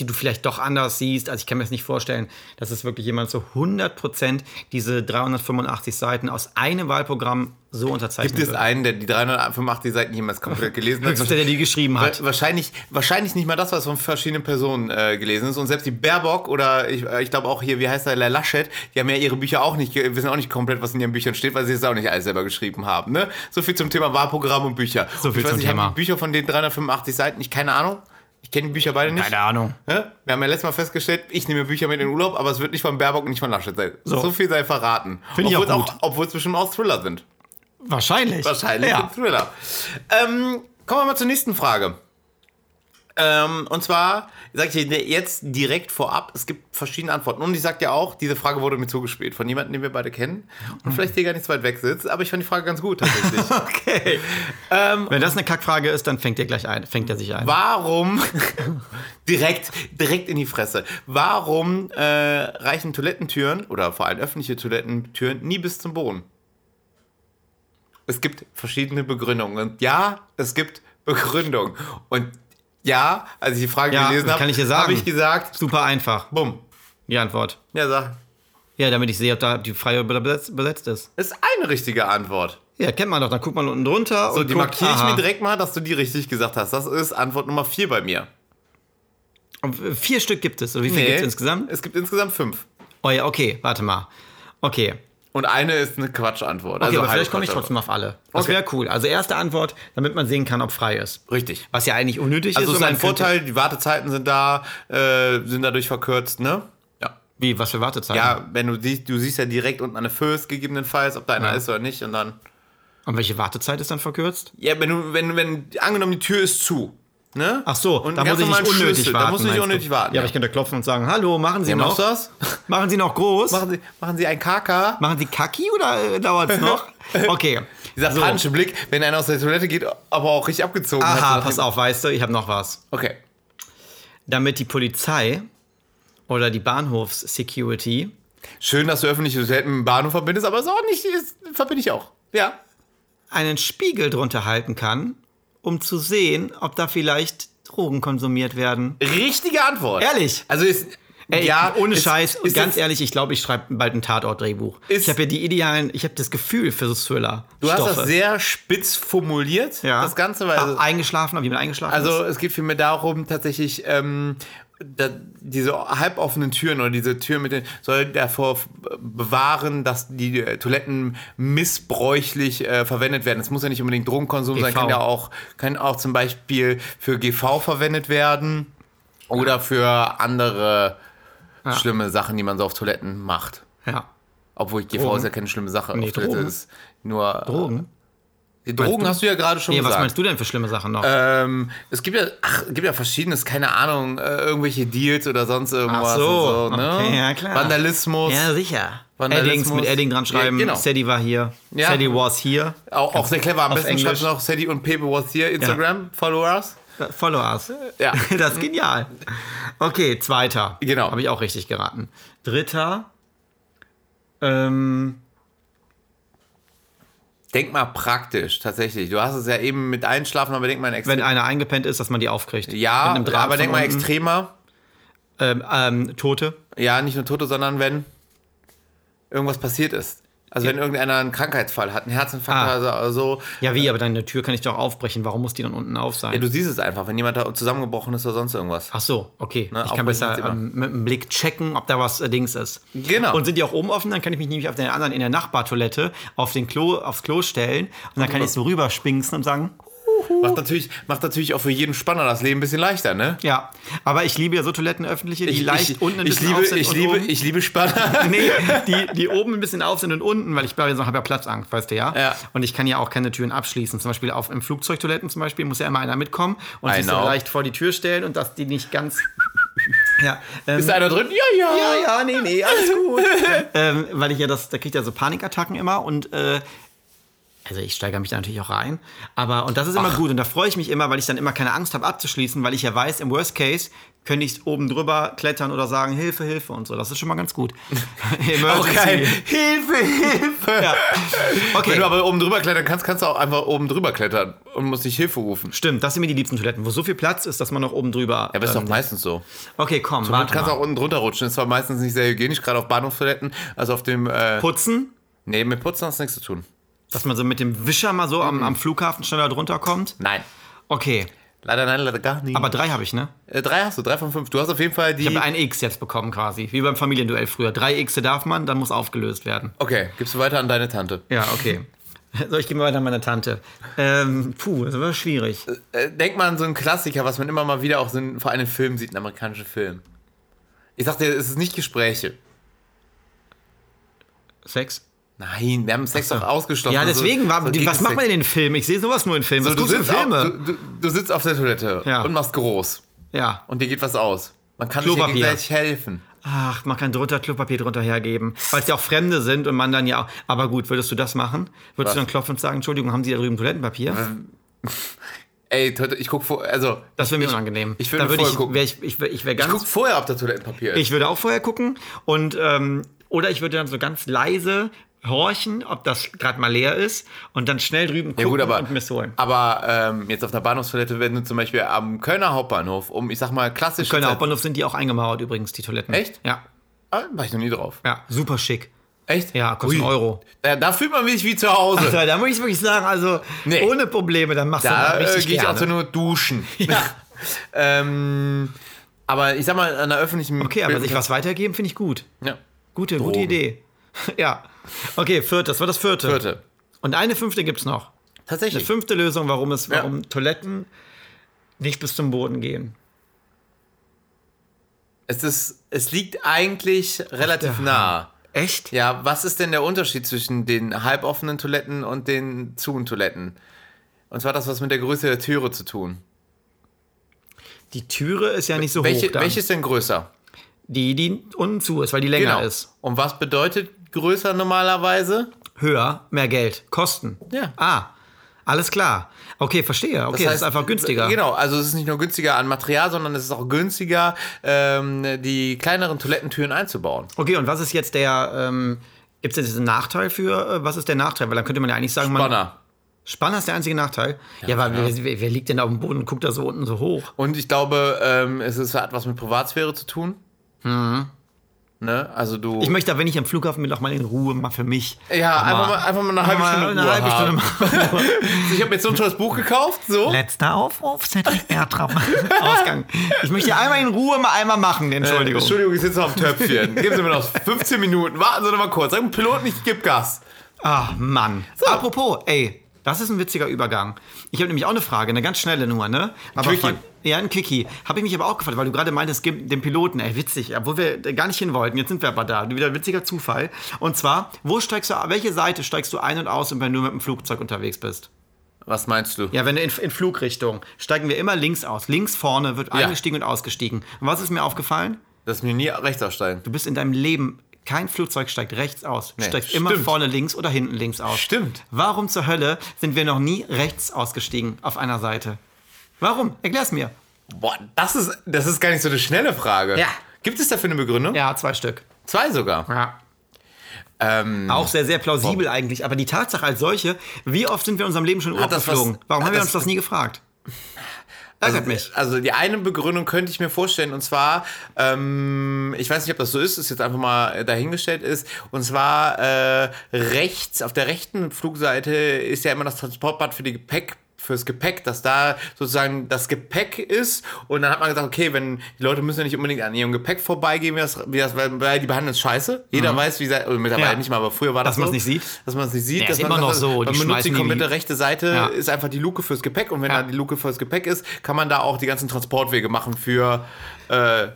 [SPEAKER 1] die du vielleicht doch anders siehst. Also ich kann mir das nicht vorstellen, dass es wirklich jemand zu 100 Prozent diese 385 Seiten aus einem Wahlprogramm so unterzeichnet
[SPEAKER 2] Gibt es einen, der die 385 Seiten jemals komplett gelesen hat?
[SPEAKER 1] Höchstens der, der die geschrieben hat.
[SPEAKER 2] Wa- Wahrscheinlich, wahrscheinlich nicht mal das, was von verschiedenen Personen äh, gelesen ist. Und selbst die Baerbock oder ich, äh, ich glaube auch hier, wie heißt der, La Laschet, die haben ja ihre Bücher auch nicht, ge- wissen auch nicht komplett, was in ihren Büchern steht, weil sie es auch nicht alles selber geschrieben haben. Ne? So viel zum Thema Wahlprogramm und Bücher.
[SPEAKER 1] So viel
[SPEAKER 2] ich weiß
[SPEAKER 1] zum
[SPEAKER 2] nicht, haben
[SPEAKER 1] Thema.
[SPEAKER 2] Die Bücher von den 385 Seiten, ich keine Ahnung. Ich kenne die Bücher beide nicht.
[SPEAKER 1] Keine Ahnung.
[SPEAKER 2] Ne? Wir haben ja letztes Mal festgestellt, ich nehme Bücher mit in den Urlaub, aber es wird nicht von Baerbock und nicht von Laschet sein. So,
[SPEAKER 1] So.
[SPEAKER 2] viel sei verraten.
[SPEAKER 1] Finde ich auch
[SPEAKER 2] Obwohl es
[SPEAKER 1] gut.
[SPEAKER 2] Obwohl es bestimmt auch Thriller sind.
[SPEAKER 1] Wahrscheinlich.
[SPEAKER 2] Wahrscheinlich
[SPEAKER 1] Ja.
[SPEAKER 2] ein Thriller. Ähm, kommen wir mal zur nächsten Frage. Ähm, und zwar, sage ich dir ne, jetzt direkt vorab, es gibt verschiedene Antworten. Und ich sag dir auch, diese Frage wurde mir zugespielt von jemandem, den wir beide kennen. Und vielleicht hier gar nicht so weit weg sitzt, aber ich fand die Frage ganz gut tatsächlich.
[SPEAKER 1] Okay.
[SPEAKER 2] Ähm,
[SPEAKER 1] Wenn das eine Kackfrage ist, dann fängt er gleich ein, fängt er sich ein.
[SPEAKER 2] Warum direkt, direkt in die Fresse? Warum äh, reichen Toilettentüren oder vor allem öffentliche Toilettentüren nie bis zum Boden? Es gibt verschiedene Begründungen und ja, es gibt Begründungen und ja, als ich die Frage
[SPEAKER 1] Ja,
[SPEAKER 2] gelesen
[SPEAKER 1] das
[SPEAKER 2] habe,
[SPEAKER 1] kann ich dir sagen.
[SPEAKER 2] habe ich gesagt,
[SPEAKER 1] Super einfach.
[SPEAKER 2] bumm.
[SPEAKER 1] Die Antwort.
[SPEAKER 2] Ja, sag,
[SPEAKER 1] Ja, damit ich sehe, ob da die Freie besetzt, besetzt ist.
[SPEAKER 2] ist eine richtige Antwort.
[SPEAKER 1] Ja, kennt man doch. Dann guckt man unten drunter
[SPEAKER 2] So,
[SPEAKER 1] und
[SPEAKER 2] die
[SPEAKER 1] guckt,
[SPEAKER 2] markiere ich
[SPEAKER 1] aha.
[SPEAKER 2] mir direkt mal, dass du die richtig gesagt hast. Das ist Antwort Nummer vier bei mir.
[SPEAKER 1] Und Vier Stück gibt es. Oder wie viel
[SPEAKER 2] Nee,
[SPEAKER 1] gibt es insgesamt?
[SPEAKER 2] Es gibt insgesamt fünf.
[SPEAKER 1] Oh ja, okay, warte mal. Okay.
[SPEAKER 2] Und eine ist eine Quatschantwort.
[SPEAKER 1] Okay,
[SPEAKER 2] also
[SPEAKER 1] aber
[SPEAKER 2] halbe
[SPEAKER 1] vielleicht komme ich
[SPEAKER 2] Quatschantwort.
[SPEAKER 1] trotzdem auf alle. Das
[SPEAKER 2] Okay.
[SPEAKER 1] wäre cool. Also erste Antwort, damit man sehen kann, ob frei ist.
[SPEAKER 2] Richtig.
[SPEAKER 1] Was ja eigentlich unnötig
[SPEAKER 2] Also
[SPEAKER 1] ist.
[SPEAKER 2] es ist
[SPEAKER 1] und
[SPEAKER 2] ein
[SPEAKER 1] man könnte-
[SPEAKER 2] Vorteil, die Wartezeiten sind da, äh, sind dadurch verkürzt, ne? Ja.
[SPEAKER 1] Wie, was für Wartezeiten?
[SPEAKER 2] Ja, wenn du siehst, du siehst ja direkt unten eine Föß gegebenenfalls, ob da einer
[SPEAKER 1] Ja.
[SPEAKER 2] ist oder nicht. Und dann.
[SPEAKER 1] Und welche Wartezeit ist dann verkürzt?
[SPEAKER 2] Ja, wenn du, wenn, wenn, angenommen, die Tür ist zu. Ne?
[SPEAKER 1] Ach so,
[SPEAKER 2] Und
[SPEAKER 1] da
[SPEAKER 2] ganz
[SPEAKER 1] muss ich
[SPEAKER 2] normalen
[SPEAKER 1] nicht unnötig
[SPEAKER 2] Schlüssel, da
[SPEAKER 1] warten.
[SPEAKER 2] musst du nicht
[SPEAKER 1] meinst
[SPEAKER 2] unnötig
[SPEAKER 1] Ja,
[SPEAKER 2] warten, ja.
[SPEAKER 1] aber ich könnte klopfen und sagen, hallo, machen Sie
[SPEAKER 2] Ja,
[SPEAKER 1] noch?
[SPEAKER 2] machst du das?
[SPEAKER 1] Machen Sie noch groß?
[SPEAKER 2] Machen Sie, machen Sie ein Kaka.
[SPEAKER 1] Machen Sie Kaki oder äh, dauert es noch? Okay.
[SPEAKER 2] Dieser
[SPEAKER 1] So.
[SPEAKER 2] panische Blick, wenn einer aus der Toilette geht, aber auch richtig abgezogen
[SPEAKER 1] Aha,
[SPEAKER 2] hat.
[SPEAKER 1] pass auf, weißt du, ich habe noch was.
[SPEAKER 2] Okay.
[SPEAKER 1] Damit die Polizei oder die Bahnhofs-Security
[SPEAKER 2] Schön, dass du öffentliche Toiletten mit dem Bahnhof verbindest, aber ist auch nicht, ist, verbinde ich auch. Ja.
[SPEAKER 1] einen Spiegel drunter halten kann, um zu sehen, ob da vielleicht Drogen konsumiert werden.
[SPEAKER 2] Richtige Antwort.
[SPEAKER 1] Ehrlich?
[SPEAKER 2] Also ist.
[SPEAKER 1] Ey, ja, ohne
[SPEAKER 2] ist-
[SPEAKER 1] Scheiß.
[SPEAKER 2] Ist
[SPEAKER 1] ganz
[SPEAKER 2] jetzt-
[SPEAKER 1] ehrlich, ich glaube, ich schreibe bald ein Tatort-Drehbuch.
[SPEAKER 2] Ist-
[SPEAKER 1] Ich habe ja die idealen, ich habe das Gefühl für so Thriller.
[SPEAKER 2] Du hast das sehr spitz formuliert,
[SPEAKER 1] ja.
[SPEAKER 2] das Ganze, weil
[SPEAKER 1] Ah, eingeschlafen, ob jemand eingeschlafen
[SPEAKER 2] also
[SPEAKER 1] ist.
[SPEAKER 2] es geht vielmehr darum, tatsächlich ähm, da, diese halboffenen Türen oder diese Türen mit den soll davor f- bewahren, dass die äh, Toiletten missbräuchlich äh, verwendet werden. Es muss ja nicht unbedingt Drogenkonsum sein,
[SPEAKER 1] GV.
[SPEAKER 2] kann ja auch, kann auch zum Beispiel für GV verwendet werden oder für andere schlimme Sachen, die man so auf Toiletten macht.
[SPEAKER 1] Ja.
[SPEAKER 2] Obwohl ich GV
[SPEAKER 1] Drogen?
[SPEAKER 2] ist ja keine schlimme Sache.
[SPEAKER 1] Nee,
[SPEAKER 2] Auf Toilette
[SPEAKER 1] Drogen.
[SPEAKER 2] ist nur äh,
[SPEAKER 1] Drogen?
[SPEAKER 2] Drogen
[SPEAKER 1] du?
[SPEAKER 2] hast du ja gerade schon
[SPEAKER 1] Nee, was
[SPEAKER 2] gesagt.
[SPEAKER 1] meinst du denn für schlimme Sachen noch?
[SPEAKER 2] Ähm, es gibt ja, ach, es gibt ja verschiedenes, keine Ahnung, äh, irgendwelche Deals oder sonst irgendwas.
[SPEAKER 1] Ach so,
[SPEAKER 2] und so ne?
[SPEAKER 1] okay, ja, klar.
[SPEAKER 2] Vandalismus.
[SPEAKER 1] sicher.
[SPEAKER 2] Vandalismus.
[SPEAKER 1] Eddings mit Edding dran schreiben.
[SPEAKER 2] Ja, genau.
[SPEAKER 1] Sadie war hier.
[SPEAKER 2] Ja.
[SPEAKER 1] Sadie was here.
[SPEAKER 2] Auch, auch sehr clever. Am
[SPEAKER 1] auf
[SPEAKER 2] besten schreibst du
[SPEAKER 1] Englisch.
[SPEAKER 2] noch Sadie und Pepe was hier, Instagram-Followers.
[SPEAKER 1] Äh, Follow us.
[SPEAKER 2] Ja.
[SPEAKER 1] Das ist genial. Okay, zweiter.
[SPEAKER 2] Mhm. Genau.
[SPEAKER 1] Habe ich auch richtig geraten. Dritter. Ähm,
[SPEAKER 2] Denk mal praktisch, tatsächlich. Du hast es ja eben mit einschlafen, aber denk mal in
[SPEAKER 1] wenn
[SPEAKER 2] extremer.
[SPEAKER 1] einer eingepennt ist, dass man die aufkriegt.
[SPEAKER 2] Ja,
[SPEAKER 1] Mit einem Draht
[SPEAKER 2] aber
[SPEAKER 1] von
[SPEAKER 2] denk mal
[SPEAKER 1] unten.
[SPEAKER 2] extremer.
[SPEAKER 1] Ähm, ähm, Tote.
[SPEAKER 2] Ja, nicht nur Tote, sondern wenn irgendwas passiert ist. Also wenn irgendeiner einen Krankheitsfall hat, einen Herzinfarkt
[SPEAKER 1] Ah.
[SPEAKER 2] oder so. also
[SPEAKER 1] Ja, wie? Aber deine Tür kann ich doch aufbrechen. Warum muss die dann unten auf sein?
[SPEAKER 2] Ja, du siehst es einfach, wenn jemand da zusammengebrochen ist oder sonst irgendwas.
[SPEAKER 1] Ach so, okay. ich
[SPEAKER 2] aufbrechen
[SPEAKER 1] kann
[SPEAKER 2] ist
[SPEAKER 1] besser
[SPEAKER 2] immer.
[SPEAKER 1] ähm, mit dem Blick checken, ob da was äh, Dings ist.
[SPEAKER 2] Genau.
[SPEAKER 1] Und sind die auch oben offen, dann kann ich mich nämlich auf den anderen in der Nachbartoilette auf den Klo, aufs Klo stellen und dann kann ich so rüberspinksen und sagen,
[SPEAKER 2] Macht natürlich, macht natürlich auch für jeden Spanner das Leben ein bisschen leichter, ne?
[SPEAKER 1] Ja, aber ich liebe ja so Toiletten öffentliche, die
[SPEAKER 2] Ich-
[SPEAKER 1] leicht
[SPEAKER 2] ich,
[SPEAKER 1] unten ein
[SPEAKER 2] ich
[SPEAKER 1] bisschen
[SPEAKER 2] liebe,
[SPEAKER 1] auf sind
[SPEAKER 2] ich
[SPEAKER 1] und
[SPEAKER 2] liebe,
[SPEAKER 1] oben.
[SPEAKER 2] ich liebe Spanner.
[SPEAKER 1] Nee, die, die oben ein bisschen auf sind und unten, weil ich habe ja Platzangst, weißt du ja?
[SPEAKER 2] Ja.
[SPEAKER 1] Und ich kann ja auch keine Türen abschließen. Zum Beispiel auf, im Flugzeugtoiletten zum Beispiel muss ja immer einer mitkommen und
[SPEAKER 2] I
[SPEAKER 1] sich so
[SPEAKER 2] know.
[SPEAKER 1] leicht vor die Tür stellen und dass die nicht ganz. Ja, ähm,
[SPEAKER 2] Ist da einer drin? Ja, ja.
[SPEAKER 1] ja, ja, nee, nee, alles gut. ähm, weil ich ja das, da kriegt ja so Panikattacken immer und äh, also ich steigere mich da natürlich auch rein. Aber und das ist immer gut und da freue ich mich immer, weil ich dann immer keine Angst habe abzuschließen, weil ich ja weiß, im Worst Case könnte ich oben drüber klettern oder sagen Hilfe, Hilfe und so. Das ist schon mal ganz gut.
[SPEAKER 2] Auch geil.
[SPEAKER 1] Emergency.
[SPEAKER 2] Hilfe, Hilfe.
[SPEAKER 1] Ja.
[SPEAKER 2] Wenn du
[SPEAKER 1] Okay.
[SPEAKER 2] aber oben drüber klettern kannst, kannst du auch einfach oben drüber klettern und musst nicht Hilfe rufen.
[SPEAKER 1] Stimmt, das sind mir die liebsten Toiletten, wo so viel Platz ist, dass man noch oben drüber.
[SPEAKER 2] Ja, aber ist
[SPEAKER 1] ähm,
[SPEAKER 2] doch meistens so.
[SPEAKER 1] okay, komm,
[SPEAKER 2] Du
[SPEAKER 1] warte
[SPEAKER 2] kannst
[SPEAKER 1] mal.
[SPEAKER 2] auch unten drunter rutschen. Ist zwar meistens nicht sehr hygienisch, gerade auf Bahnhofstoiletten. Also auf dem. Äh,
[SPEAKER 1] Putzen,
[SPEAKER 2] nee, mit Putzen hat es nichts zu tun.
[SPEAKER 1] dass man so mit dem Wischer mal so
[SPEAKER 2] Mhm.
[SPEAKER 1] am, am Flughafen schneller drunter kommt.
[SPEAKER 2] Nein.
[SPEAKER 1] Okay,
[SPEAKER 2] Leider nein, leider gar nicht.
[SPEAKER 1] aber drei habe ich, ne?
[SPEAKER 2] äh, drei hast du, drei von fünf. Du hast auf jeden Fall die.
[SPEAKER 1] Ich habe ein X jetzt bekommen quasi, wie beim Familienduell früher. Drei Xe darf man, dann muss aufgelöst werden.
[SPEAKER 2] okay, gibst du weiter an deine Tante.
[SPEAKER 1] Ja, okay. So, ich gehe mal weiter an meine Tante. Ähm, puh, das war schwierig.
[SPEAKER 2] Äh, denk mal an so einen Klassiker, was man immer mal wieder auch so in, vor einem Film sieht, einen amerikanischen Film. Ich sag dir, es ist nicht Gespräche.
[SPEAKER 1] Sex?
[SPEAKER 2] Nein, wir haben Sex doch ausgeschlossen.
[SPEAKER 1] Ja,
[SPEAKER 2] So-
[SPEAKER 1] deswegen, war,
[SPEAKER 2] so
[SPEAKER 1] die, was
[SPEAKER 2] Gegensex.
[SPEAKER 1] macht man in den Filmen? Ich sehe sowas nur in Filmen.
[SPEAKER 2] So,
[SPEAKER 1] was
[SPEAKER 2] du,
[SPEAKER 1] guckst du
[SPEAKER 2] sitzt
[SPEAKER 1] für
[SPEAKER 2] auf,
[SPEAKER 1] Filme?
[SPEAKER 2] du, du, du sitzt auf der Toilette
[SPEAKER 1] Ja.
[SPEAKER 2] und machst groß.
[SPEAKER 1] ja.
[SPEAKER 2] Und dir geht was aus. Man kann sich ja
[SPEAKER 1] Klopapier.
[SPEAKER 2] gegenseitig helfen.
[SPEAKER 1] Ach, man kann drunter Klopapier drunter hergeben, weil es ja auch Fremde sind und man dann ja auch... Aber gut, würdest du das machen? Würdest
[SPEAKER 2] Was? Äh,
[SPEAKER 1] du dann klopfen und sagen, Entschuldigung, haben Sie da drüben Toilettenpapier?
[SPEAKER 2] Ey, Toilette, ich guck vor, also
[SPEAKER 1] Das wäre mir unangenehm.
[SPEAKER 2] ich würde
[SPEAKER 1] da würde
[SPEAKER 2] vorher
[SPEAKER 1] ich,
[SPEAKER 2] gucken.
[SPEAKER 1] wär ich, ich, wär- ich wäre
[SPEAKER 2] ich
[SPEAKER 1] ganz
[SPEAKER 2] guck vorher, ob da Toilettenpapier ist.
[SPEAKER 1] Ich würde auch vorher gucken und ähm, oder ich würde dann so ganz leise horchen, ob das gerade mal leer ist und dann schnell drüben gucken
[SPEAKER 2] ja gut, aber,
[SPEAKER 1] und mir's holen.
[SPEAKER 2] aber ähm, jetzt auf einer Bahnhofstoilette, wenn du zum Beispiel am Kölner Hauptbahnhof, um, ich sag mal, klassisch.
[SPEAKER 1] Kölner Hauptbahnhof sind die auch eingemauert übrigens, die Toiletten.
[SPEAKER 2] Echt?
[SPEAKER 1] Ja.
[SPEAKER 2] Ah, war ich noch nie drauf.
[SPEAKER 1] Ja, super schick.
[SPEAKER 2] Echt?
[SPEAKER 1] Ja, kostet
[SPEAKER 2] Ui.
[SPEAKER 1] einen Euro.
[SPEAKER 2] Da, da fühlt man mich wie zu Hause.
[SPEAKER 1] So, da muss ich wirklich sagen, also
[SPEAKER 2] Nee.
[SPEAKER 1] ohne Probleme, dann machst
[SPEAKER 2] da
[SPEAKER 1] du das
[SPEAKER 2] äh,
[SPEAKER 1] richtig
[SPEAKER 2] gehe ich
[SPEAKER 1] gerne.
[SPEAKER 2] auch so nur duschen. ähm, aber ich sag mal, an der öffentlichen.
[SPEAKER 1] okay, aber sich was weitergeben finde ich gut.
[SPEAKER 2] Ja.
[SPEAKER 1] Gute, gute
[SPEAKER 2] Drogen.
[SPEAKER 1] Idee. ja. Okay, vierte, das war das vierte.
[SPEAKER 2] Vierte.
[SPEAKER 1] Und eine fünfte gibt's noch. Eine
[SPEAKER 2] Tatsächlich.
[SPEAKER 1] fünfte Lösung, warum es, warum Toiletten nicht bis zum Boden gehen.
[SPEAKER 2] Es, ist, es liegt eigentlich relativ nah.
[SPEAKER 1] Echt?
[SPEAKER 2] Ja, was ist denn der Unterschied zwischen den halboffenen Toiletten und den zuen Toiletten? Und zwar hat das was mit der Größe der Türe zu tun.
[SPEAKER 1] Die Türe ist ja nicht so hoch.
[SPEAKER 2] Welche,
[SPEAKER 1] Dann.
[SPEAKER 2] welche ist denn größer? Genau.
[SPEAKER 1] Die, die unten zu ist, weil die länger ist.
[SPEAKER 2] Und was bedeutet größer normalerweise?
[SPEAKER 1] Höher, mehr Geld. Kosten.
[SPEAKER 2] Ja.
[SPEAKER 1] Ah, alles klar. Okay, verstehe. Okay, das, ist einfach günstiger.
[SPEAKER 2] Genau, also es ist nicht nur günstiger an Material, sondern es ist auch günstiger, ähm, die kleineren Toilettentüren einzubauen.
[SPEAKER 1] Okay, und was ist jetzt der. Ähm, Gibt es jetzt einen Nachteil für? äh, Was ist der Nachteil? Weil dann könnte man ja eigentlich sagen, man.
[SPEAKER 2] Banner.
[SPEAKER 1] Spanner ist der einzige Nachteil. Ja, weil wer- Wer, wer liegt denn da auf dem Boden und guckt da so unten so hoch?
[SPEAKER 2] Und ich glaube, ähm, es ist, hat was mit Privatsphäre zu tun. Mhm. Ne? Also du.
[SPEAKER 1] Ich möchte, wenn ich am Flughafen bin, auch mal in Ruhe, mal für mich.
[SPEAKER 2] ja, einfach mal,
[SPEAKER 1] mal-
[SPEAKER 2] einfach mal eine halbe Stunde.
[SPEAKER 1] eine
[SPEAKER 2] Ruhe
[SPEAKER 1] halbe Stunde
[SPEAKER 2] haben.
[SPEAKER 1] mal.
[SPEAKER 2] Ich habe jetzt so ein tolles Buch gekauft, so.
[SPEAKER 1] Letzter Aufruf, Cedric Bertram. Ausgang. Ich möchte einmal in Ruhe mal einmal machen, Entschuldigung.
[SPEAKER 2] Entschuldigung, ich sitze noch am Töpfchen. Geben Sie mir noch 15 Minuten. Warten Sie noch mal kurz. Sag dem Piloten, ich gebe Gas.
[SPEAKER 1] Ach, Mann. Apropos, ey, das ist ein witziger Übergang. Ich habe nämlich auch eine Frage, eine ganz schnelle nur, ne? Aber
[SPEAKER 2] Quickie.
[SPEAKER 1] von- ja, ein Quickie. Habe ich mich aber auch gefragt, weil du gerade meintest, gib dem Piloten, ey, witzig, obwohl wir da gar nicht hin wollten. Jetzt sind wir aber da. Wieder ein witziger Zufall. Und zwar, wo steigst du, welche Seite steigst du ein und aus, wenn du mit dem Flugzeug unterwegs bist?
[SPEAKER 2] Was meinst du?
[SPEAKER 1] Ja, wenn du in, in Flugrichtung steigen wir immer links aus. Links vorne wird eingestiegen und ausgestiegen. Und was ist mir aufgefallen?
[SPEAKER 2] Dass mir nie rechts aussteigen.
[SPEAKER 1] Du bist in deinem Leben, kein Flugzeug steigt rechts aus. Du
[SPEAKER 2] Nee,
[SPEAKER 1] steigst
[SPEAKER 2] stimmt.
[SPEAKER 1] immer vorne links oder hinten links aus.
[SPEAKER 2] Stimmt.
[SPEAKER 1] Warum zur Hölle sind wir noch nie rechts ausgestiegen auf einer Seite? Warum? Erklär's mir.
[SPEAKER 2] Boah, das ist, das ist gar nicht so eine schnelle Frage.
[SPEAKER 1] Ja.
[SPEAKER 2] Gibt es dafür eine Begründung?
[SPEAKER 1] Ja, zwei Stück.
[SPEAKER 2] Zwei sogar.
[SPEAKER 1] Ja.
[SPEAKER 2] Ähm,
[SPEAKER 1] Auch sehr, sehr plausibel eigentlich. Aber die Tatsache als solche, wie oft sind wir in unserem Leben schon Urlaub
[SPEAKER 2] das was-
[SPEAKER 1] geflogen? Warum
[SPEAKER 2] hat
[SPEAKER 1] haben wir
[SPEAKER 2] das-
[SPEAKER 1] uns das nie gefragt? Ärgert mich.
[SPEAKER 2] Also die eine Begründung könnte ich mir vorstellen, und zwar, ähm, ich weiß nicht, ob das so ist, ist jetzt einfach mal dahingestellt ist, und zwar äh, rechts, auf der rechten Flugseite ist ja immer das Transportband für die Gepäckfächer fürs Gepäck, dass da sozusagen das Gepäck ist. Und dann hat man gesagt, okay, wenn die Leute müssen ja nicht unbedingt an ihrem Gepäck vorbeigehen, wie das, wie das, weil, weil die behandeln es scheiße. Jeder weiß, wie sei, oder mittlerweile
[SPEAKER 1] Mhm. Ja.
[SPEAKER 2] nicht mal, aber früher war das
[SPEAKER 1] Dass man's
[SPEAKER 2] so,
[SPEAKER 1] nicht sieht?
[SPEAKER 2] Dass man es nicht sieht.
[SPEAKER 1] Ja,
[SPEAKER 2] dass
[SPEAKER 1] ist
[SPEAKER 2] man
[SPEAKER 1] immer noch
[SPEAKER 2] sagt,
[SPEAKER 1] so,
[SPEAKER 2] also,
[SPEAKER 1] die
[SPEAKER 2] Man benutzt die
[SPEAKER 1] schmeißen die-
[SPEAKER 2] komplette rechte Seite,
[SPEAKER 1] Ja.
[SPEAKER 2] ist einfach die Luke fürs Gepäck. Und wenn
[SPEAKER 1] Ja.
[SPEAKER 2] da die Luke fürs Gepäck ist, kann man da auch die ganzen Transportwege machen für, äh,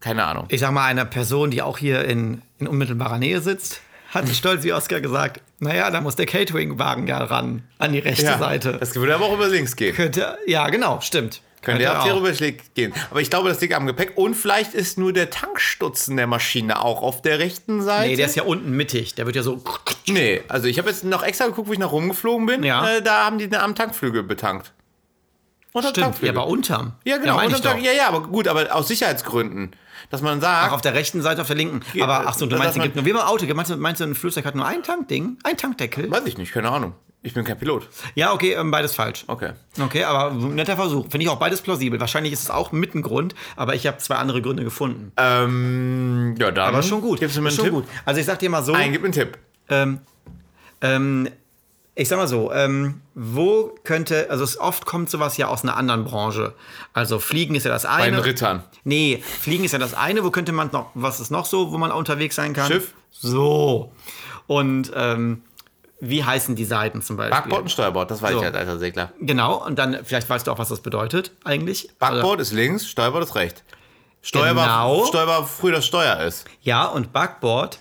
[SPEAKER 2] keine Ahnung.
[SPEAKER 1] ich sag mal, einer Person, die auch hier in, in unmittelbarer Nähe sitzt, hat stolz wie Oskar gesagt, naja, da muss der Catering-Wagen ja ran, an die rechte
[SPEAKER 2] Ja,
[SPEAKER 1] Seite.
[SPEAKER 2] Das würde aber auch über links gehen.
[SPEAKER 1] könnte, ja, genau, stimmt.
[SPEAKER 2] Könnte ja
[SPEAKER 1] auch.
[SPEAKER 2] theoretisch links gehen. Aber ich glaube, das liegt am Gepäck. Und vielleicht ist nur der Tankstutzen der Maschine auch auf der rechten Seite.
[SPEAKER 1] Nee, der ist ja unten mittig. Der wird ja so.
[SPEAKER 2] Nee, also ich habe jetzt noch extra geguckt, wo ich nach rumgeflogen bin.
[SPEAKER 1] Ja.
[SPEAKER 2] Äh, da haben die am Tankflügel betankt. Unter dem
[SPEAKER 1] Stimmt, ja, aber unterm.
[SPEAKER 2] Ja, genau.
[SPEAKER 1] Ja,
[SPEAKER 2] unterm
[SPEAKER 1] mein ich doch.
[SPEAKER 2] Tank, ja, ja, aber gut, aber aus Sicherheitsgründen. Dass man sagt,
[SPEAKER 1] Ach, auf der rechten Seite, auf der linken.
[SPEAKER 2] Ja,
[SPEAKER 1] aber ach so, du
[SPEAKER 2] dass
[SPEAKER 1] meinst, es
[SPEAKER 2] man-
[SPEAKER 1] gibt nur wie beim Auto. Meinst du, meinst du, ein Flugzeug hat nur ein Tankding? Ein Tankdeckel?
[SPEAKER 2] weiß ich nicht, keine Ahnung. Ich bin kein Pilot.
[SPEAKER 1] Ja, okay, ähm, beides falsch.
[SPEAKER 2] Okay.
[SPEAKER 1] Okay, aber netter Versuch. Finde ich auch beides plausibel. Wahrscheinlich ist es auch mit ein Grund, aber ich habe zwei andere Gründe gefunden.
[SPEAKER 2] Ähm, ja, dann.
[SPEAKER 1] aber schon gut.
[SPEAKER 2] Gibst du mir einen
[SPEAKER 1] schon
[SPEAKER 2] Tipp?
[SPEAKER 1] gut. Also ich sag dir mal so.
[SPEAKER 2] Nein, gib mir einen Tipp.
[SPEAKER 1] Ähm, ähm, ich sag mal so, ähm, wo könnte, also es oft kommt sowas ja aus einer anderen Branche. Also Fliegen ist ja das
[SPEAKER 2] Bei
[SPEAKER 1] eine.
[SPEAKER 2] den Rittern.
[SPEAKER 1] Nee, Fliegen ist ja das eine. Wo könnte man noch, was ist noch so, wo man unterwegs sein kann?
[SPEAKER 2] Schiff?
[SPEAKER 1] So. Und ähm, wie heißen die Seiten zum Beispiel?
[SPEAKER 2] Backbord und Steuerbord, das weiß
[SPEAKER 1] So.
[SPEAKER 2] ich halt, alter Segler.
[SPEAKER 1] Genau, und dann, vielleicht weißt du auch, was das bedeutet eigentlich.
[SPEAKER 2] Backbord ist links, Steuerbord ist rechts. Steuerbord,
[SPEAKER 1] Genau.
[SPEAKER 2] Steuerbord früher das Steuer ist.
[SPEAKER 1] Ja, und Backboard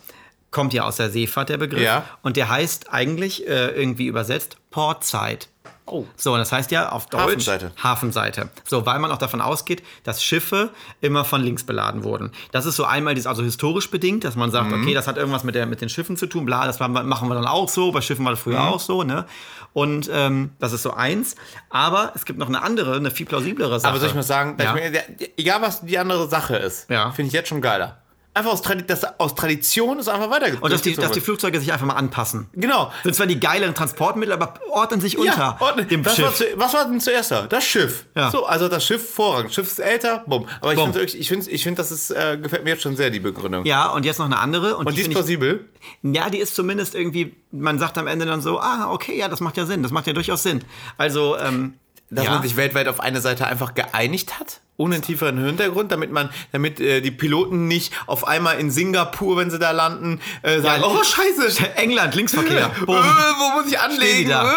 [SPEAKER 1] kommt ja aus der Seefahrt, der Begriff.
[SPEAKER 2] Ja.
[SPEAKER 1] Und der heißt eigentlich äh, irgendwie übersetzt Portzeit.
[SPEAKER 2] Oh.
[SPEAKER 1] So, und das heißt ja auf Deutsch
[SPEAKER 2] Hafenseite.
[SPEAKER 1] Hafenseite. So, weil man auch davon ausgeht, dass Schiffe immer von links beladen wurden. Das ist so einmal dieses, also historisch bedingt, dass man sagt,
[SPEAKER 2] Mhm.
[SPEAKER 1] okay, das hat irgendwas mit, der, mit den Schiffen zu tun, bla, das machen wir- machen wir dann auch so, bei Schiffen war das früher
[SPEAKER 2] Mhm.
[SPEAKER 1] auch so, ne? Und ähm, das ist so eins. Aber es gibt noch eine andere, eine viel plausiblere Sache.
[SPEAKER 2] Aber soll ich mal sagen,
[SPEAKER 1] ja.
[SPEAKER 2] dass ich mir- der- egal was die andere Sache ist,
[SPEAKER 1] Ja.
[SPEAKER 2] finde ich jetzt schon geiler. Einfach aus, Tradi das, aus Tradition ist einfach weitergezogen.
[SPEAKER 1] und dass die, dass die Flugzeuge sich einfach mal anpassen.
[SPEAKER 2] Genau.
[SPEAKER 1] Sind zwar die geileren Transportmittel, aber ordnen sich unter
[SPEAKER 2] Ja, ordentlich.
[SPEAKER 1] dem
[SPEAKER 2] was, War
[SPEAKER 1] Schiff.
[SPEAKER 2] zu, was war denn zuerst da? Das Schiff.
[SPEAKER 1] Ja.
[SPEAKER 2] So, also das Schiff Vorrang. Schiff ist älter, bumm. Aber ich
[SPEAKER 1] Bumm.
[SPEAKER 2] finde, ich find, ich find, das ist, äh, gefällt mir jetzt schon sehr, die Begründung.
[SPEAKER 1] Ja, und jetzt noch eine andere. Und,
[SPEAKER 2] Und die ist
[SPEAKER 1] find ich,
[SPEAKER 2] plausibel.
[SPEAKER 1] ja, die ist zumindest irgendwie, man sagt am Ende dann so, ah, okay, ja, das macht ja Sinn, das macht ja durchaus Sinn. Also, ähm,
[SPEAKER 2] dass
[SPEAKER 1] ja,
[SPEAKER 2] man sich weltweit auf eine Seite einfach geeinigt hat, ohne einen tieferen Hintergrund, damit man, damit äh, die Piloten nicht auf einmal in Singapur, wenn sie da landen, äh, sagen,
[SPEAKER 1] Ja,
[SPEAKER 2] oh Scheiße,
[SPEAKER 1] England,
[SPEAKER 2] äh,
[SPEAKER 1] Linksverkehr. Bumm.
[SPEAKER 2] wo muss ich
[SPEAKER 1] Stehen die
[SPEAKER 2] anlegen?
[SPEAKER 1] da.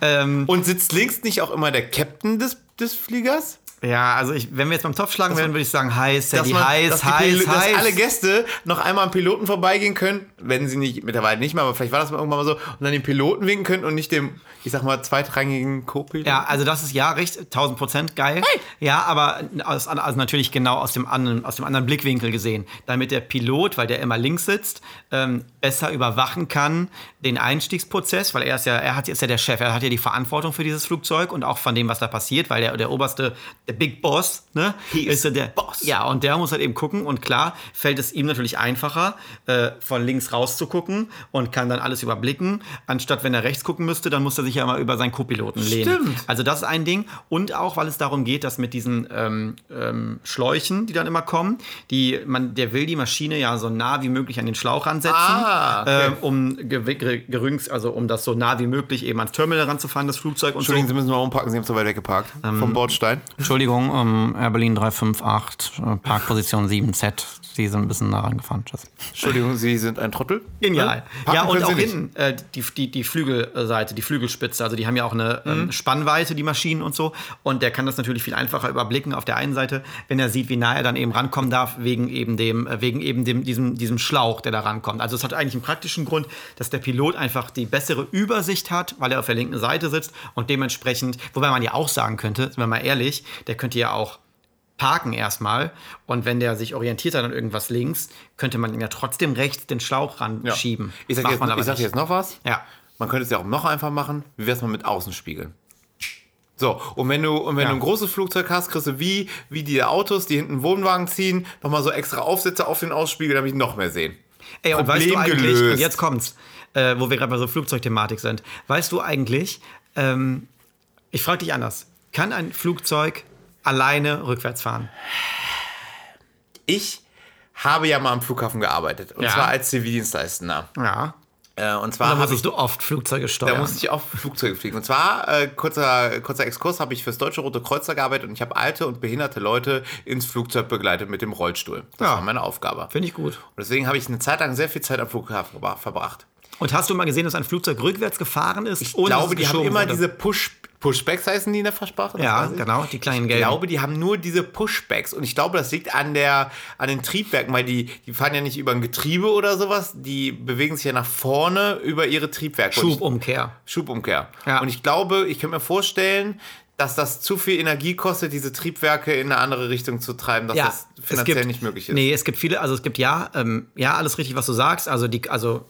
[SPEAKER 2] Äh. Und sitzt links nicht auch immer der Captain des, des Fliegers?
[SPEAKER 1] ja, also ich, wenn wir jetzt beim Topf schlagen werden, würde ich sagen, heiß, Sandy,
[SPEAKER 2] man-
[SPEAKER 1] heiß,
[SPEAKER 2] die
[SPEAKER 1] heiß,
[SPEAKER 2] Pil- dass alle
[SPEAKER 1] heiß.
[SPEAKER 2] Gäste noch einmal am Piloten vorbeigehen können, wenn sie nicht, mittlerweile nicht mehr, aber vielleicht war das mal irgendwann mal so, und dann den Piloten winken können und nicht dem, ich sag mal, zweitrangigen Co-Piloten.
[SPEAKER 1] Ja, also das ist ja recht, 1000 Prozent geil. Ja, aber aus, also natürlich genau aus dem, anderen, aus dem anderen Blickwinkel gesehen. Damit der Pilot, weil der immer links sitzt, ähm, besser überwachen kann den Einstiegsprozess, weil er ist ja, er hat, ist ja der Chef, er hat ja die Verantwortung für dieses Flugzeug und auch von dem, was da passiert, weil der, der oberste, der Big Boss, ne, ist ja der Boss. Ja, und der muss halt eben gucken und klar fällt es ihm natürlich einfacher, äh, von links raus zu gucken und kann dann alles überblicken, anstatt wenn er rechts gucken müsste, dann muss er sich ja immer über seinen Co-Piloten lehnen.
[SPEAKER 2] Stimmt.
[SPEAKER 1] Also das ist ein Ding. Und auch, weil es darum geht, dass mit diesen ähm, ähm, Schläuchen, die dann immer kommen, die, man, der will die Maschine ja so nah wie möglich an den Schlauch ransetzen,
[SPEAKER 2] Ah, okay.
[SPEAKER 1] ähm, um ge- ge- gerüngs, also um das so nah wie möglich eben ans Terminal ranzufahren, das Flugzeug und
[SPEAKER 2] Entschuldigung,
[SPEAKER 1] so.
[SPEAKER 2] Sie müssen mal umpacken, Sie haben es so weit weggeparkt.
[SPEAKER 1] Ähm.
[SPEAKER 2] vom Bordstein.
[SPEAKER 1] Entschuldigung, ähm, Air Berlin 358, äh, Parkposition 7Z. Sie sind ein bisschen nah rangefahren. Tschüss.
[SPEAKER 2] Entschuldigung, Sie sind ein Trottel.
[SPEAKER 1] Genial.
[SPEAKER 2] Packen
[SPEAKER 1] ja, und
[SPEAKER 2] können
[SPEAKER 1] auch
[SPEAKER 2] sie nicht.
[SPEAKER 1] hinten äh, die, die, die Flügelseite, die Flügelspitze. Also die haben ja auch eine
[SPEAKER 2] Mhm.
[SPEAKER 1] ähm, Spannweite, die Maschinen und so. Und der kann das natürlich viel einfacher überblicken auf der einen Seite, wenn er sieht, wie nah er dann eben rankommen darf, wegen eben dem, äh, wegen eben dem, diesem, diesem Schlauch, der da rankommt. Also es hat eigentlich einen praktischen Grund, dass der Pilot einfach die bessere Übersicht hat, weil er auf der linken Seite sitzt und dementsprechend, wobei man ja auch sagen könnte, sind wir mal ehrlich, der könnte ja auch parken erstmal. Und wenn der sich orientiert hat an irgendwas links, könnte man ihm ja trotzdem rechts den Schlauch
[SPEAKER 2] Ja.
[SPEAKER 1] ranschieben.
[SPEAKER 2] Ich sag,
[SPEAKER 1] Macht
[SPEAKER 2] jetzt,
[SPEAKER 1] man aber
[SPEAKER 2] ich sag
[SPEAKER 1] nicht.
[SPEAKER 2] jetzt noch was.
[SPEAKER 1] Ja.
[SPEAKER 2] Man könnte es ja auch noch einfach machen. Wie wär's mal mit Außenspiegeln? So, und wenn du, und wenn
[SPEAKER 1] Ja.
[SPEAKER 2] du ein großes Flugzeug hast, kriegst du wie, wie die Autos, die hinten Wohnwagen ziehen, nochmal so extra Aufsätze auf den Ausspiegel, damit die noch mehr sehen.
[SPEAKER 1] Ey, und
[SPEAKER 2] Problem
[SPEAKER 1] weißt du eigentlich, und
[SPEAKER 2] gelöst.
[SPEAKER 1] jetzt kommt's, äh, wo wir gerade bei so Flugzeugthematik sind, weißt du eigentlich, ähm, ich frage dich anders, kann ein Flugzeug alleine rückwärts fahren?
[SPEAKER 2] Ich habe ja mal am Flughafen gearbeitet. Und
[SPEAKER 1] Ja.
[SPEAKER 2] zwar als Zivildienstleistender.
[SPEAKER 1] Ja.
[SPEAKER 2] Äh,
[SPEAKER 1] Da
[SPEAKER 2] und zwar habe ich
[SPEAKER 1] musstest du oft Flugzeuge
[SPEAKER 2] da
[SPEAKER 1] steuern.
[SPEAKER 2] musste ich auf Flugzeuge fliegen. Und zwar, äh, kurzer, kurzer Exkurs, habe ich fürs Deutsche Rote Kreuz da gearbeitet und ich habe alte und behinderte Leute ins Flugzeug begleitet mit dem Rollstuhl. Das
[SPEAKER 1] Ja.
[SPEAKER 2] war meine Aufgabe. Und
[SPEAKER 1] Finde ich gut.
[SPEAKER 2] deswegen habe ich eine Zeit lang sehr viel Zeit am Flughafen verba- verbracht.
[SPEAKER 1] Und hast du mal gesehen, dass ein Flugzeug rückwärts gefahren ist?
[SPEAKER 2] Ich glaube, die haben immer diese Push Pushbacks heißen die in der Fachsprache. das
[SPEAKER 1] Ja,
[SPEAKER 2] weiß ich.
[SPEAKER 1] genau, die kleinen
[SPEAKER 2] Ich
[SPEAKER 1] gelben.
[SPEAKER 2] glaube, die haben nur diese Pushbacks. Und ich glaube, das liegt an, der, an den Triebwerken, weil die, die fahren ja nicht über ein Getriebe oder sowas. Die bewegen sich ja nach vorne über ihre Triebwerke. Und ich-
[SPEAKER 1] Schubumkehr.
[SPEAKER 2] Schubumkehr.
[SPEAKER 1] Ja.
[SPEAKER 2] Und ich glaube, ich könnte mir vorstellen, dass das zu viel Energie kostet, diese Triebwerke in eine andere Richtung zu treiben, dass das finanziell nicht möglich ist.
[SPEAKER 1] Nee, es gibt viele, also es gibt ja, ähm, ja, alles richtig, was du sagst. Also, die, also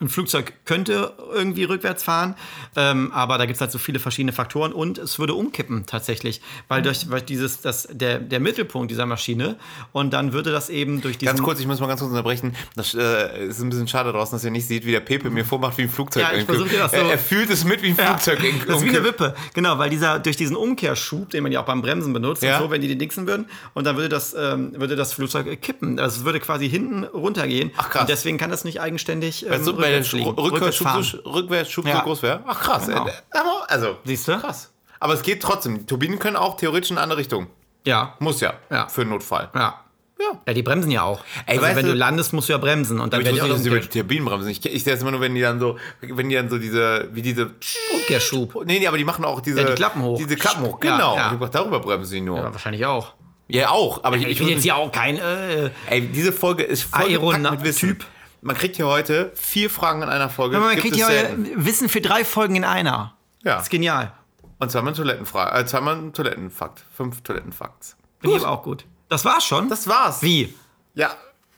[SPEAKER 1] ein Flugzeug könnte irgendwie rückwärts fahren, ähm, aber da gibt es halt so viele verschiedene Faktoren und es würde umkippen tatsächlich, weil
[SPEAKER 2] Mhm.
[SPEAKER 1] durch, weil dieses, das, der, der Mittelpunkt dieser Maschine und dann würde das eben durch diesen...
[SPEAKER 2] Ganz kurz, ich muss mal ganz kurz unterbrechen. Das äh, ist ein bisschen schade draußen, dass ihr nicht seht, wie der Pepe mir vormacht, wie ein Flugzeug
[SPEAKER 1] Ja, ich
[SPEAKER 2] irgendwie-
[SPEAKER 1] versuch dir das so-
[SPEAKER 2] er, er fühlt es mit, wie ein
[SPEAKER 1] Ja,
[SPEAKER 2] Flugzeug irgendwie-
[SPEAKER 1] Das ist wie eine Wippe, genau, weil dieser durch diesen Umkehrschub, den man ja auch beim Bremsen benutzt,
[SPEAKER 2] Ja.
[SPEAKER 1] und so, wenn die den dingsen würden, und dann würde das, ähm, würde das Flugzeug äh, kippen. Also es würde quasi hinten runtergehen.
[SPEAKER 2] Ach, krass.
[SPEAKER 1] Und deswegen kann das nicht eigenständig ähm,
[SPEAKER 2] Weißt du, weil der
[SPEAKER 1] rückwärts
[SPEAKER 2] Schu-
[SPEAKER 1] fliegen, rückwärts
[SPEAKER 2] Rückwärtsschub
[SPEAKER 1] fahren.
[SPEAKER 2] so, Rückwärtsschub
[SPEAKER 1] Ja.
[SPEAKER 2] so groß wäre. Ach krass.
[SPEAKER 1] Genau.
[SPEAKER 2] Äh, aber- Also,
[SPEAKER 1] Siehst du?
[SPEAKER 2] krass. Aber es geht trotzdem. Die Turbinen können auch theoretisch in eine andere Richtung.
[SPEAKER 1] Ja.
[SPEAKER 2] Muss ja.
[SPEAKER 1] Ja.
[SPEAKER 2] Für einen Notfall.
[SPEAKER 1] ja.
[SPEAKER 2] Ja.
[SPEAKER 1] Ja, die bremsen ja auch.
[SPEAKER 2] Ey,
[SPEAKER 1] also,
[SPEAKER 2] weißt
[SPEAKER 1] wenn
[SPEAKER 2] du-
[SPEAKER 1] du landest, musst du ja bremsen. Und dann
[SPEAKER 2] Ich
[SPEAKER 1] werden die
[SPEAKER 2] wusste
[SPEAKER 1] auch
[SPEAKER 2] nicht, dass
[SPEAKER 1] noch
[SPEAKER 2] sie über die Turbinenbremsen. Ich, ich sehe das immer nur, wenn die dann so, wenn die dann so diese, wie diese.
[SPEAKER 1] Umkehrschub.
[SPEAKER 2] Nee, nee, aber die machen auch diese.
[SPEAKER 1] Ja, die Klappen hoch.
[SPEAKER 2] Diese Klappen hoch,
[SPEAKER 1] Ja,
[SPEAKER 2] genau.
[SPEAKER 1] ja.
[SPEAKER 2] Ich dachte, darüber bremsen sie nur.
[SPEAKER 1] Ja, wahrscheinlich auch.
[SPEAKER 2] Ja, auch. Aber ich,
[SPEAKER 1] Ich
[SPEAKER 2] ich
[SPEAKER 1] bin
[SPEAKER 2] würde
[SPEAKER 1] jetzt hier auch kein. Äh,
[SPEAKER 2] Ey, diese Folge ist voll
[SPEAKER 1] Aeronaut-
[SPEAKER 2] mit Wissen.
[SPEAKER 1] Typ.
[SPEAKER 2] Man kriegt hier heute vier Fragen in einer Folge.
[SPEAKER 1] man
[SPEAKER 2] Gibt
[SPEAKER 1] kriegt hier
[SPEAKER 2] es selten.
[SPEAKER 1] Wissen für drei Folgen in einer.
[SPEAKER 2] Ja.
[SPEAKER 1] Das ist genial.
[SPEAKER 2] Und zweimal ein Toilettenfrage. Äh, zweimal ein Toilettenfakt. Fünf Toilettenfakts.
[SPEAKER 1] Finde ich aber auch gut. Das war's schon.
[SPEAKER 2] Das war's.
[SPEAKER 1] Wie?
[SPEAKER 2] Ja.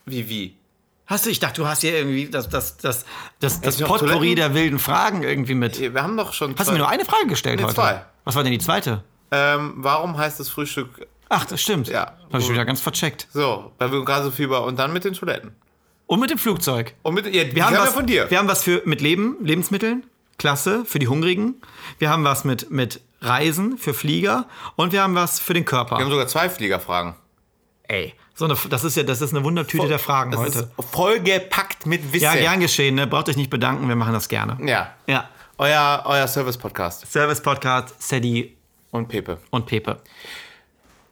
[SPEAKER 2] Wie, wie?
[SPEAKER 1] Hast du, ich dachte, du hast hier irgendwie das, das, das, das, das
[SPEAKER 2] ich noch
[SPEAKER 1] Potpourri
[SPEAKER 2] Toiletten?
[SPEAKER 1] der wilden Fragen irgendwie mit.
[SPEAKER 2] Wir haben doch schon.
[SPEAKER 1] Hast du mir nur eine Frage gestellt
[SPEAKER 2] Nee,
[SPEAKER 1] heute?
[SPEAKER 2] zwei.
[SPEAKER 1] Was war denn die zweite?
[SPEAKER 2] ähm, warum heißt das Frühstück
[SPEAKER 1] Ach, das stimmt.
[SPEAKER 2] Ja.
[SPEAKER 1] Das habe ich wieder ganz vercheckt.
[SPEAKER 2] so? Weil wir gerade so viel über. Und dann mit den Toiletten.
[SPEAKER 1] Und mit dem Flugzeug.
[SPEAKER 2] Und mit, ja,
[SPEAKER 1] Wir haben, was,
[SPEAKER 2] ja von dir.
[SPEAKER 1] wir haben was für mit Leben, Lebensmitteln, klasse, für die Hungrigen. Wir haben was mit, mit Reisen, für Flieger. Und wir haben was für den Körper.
[SPEAKER 2] Wir haben sogar zwei Fliegerfragen.
[SPEAKER 1] Ey, so eine, das ist ja das ist eine Wundertüte der Fragen
[SPEAKER 2] das
[SPEAKER 1] heute.
[SPEAKER 2] Ist vollgepackt mit Wissen.
[SPEAKER 1] Ja, gern geschehen, ne? braucht euch nicht bedanken, wir machen das gerne.
[SPEAKER 2] Ja.
[SPEAKER 1] Ja.
[SPEAKER 2] Euer, euer Service-Podcast.
[SPEAKER 1] Service Podcast, Sadie
[SPEAKER 2] Und Pepe.
[SPEAKER 1] und Pepe.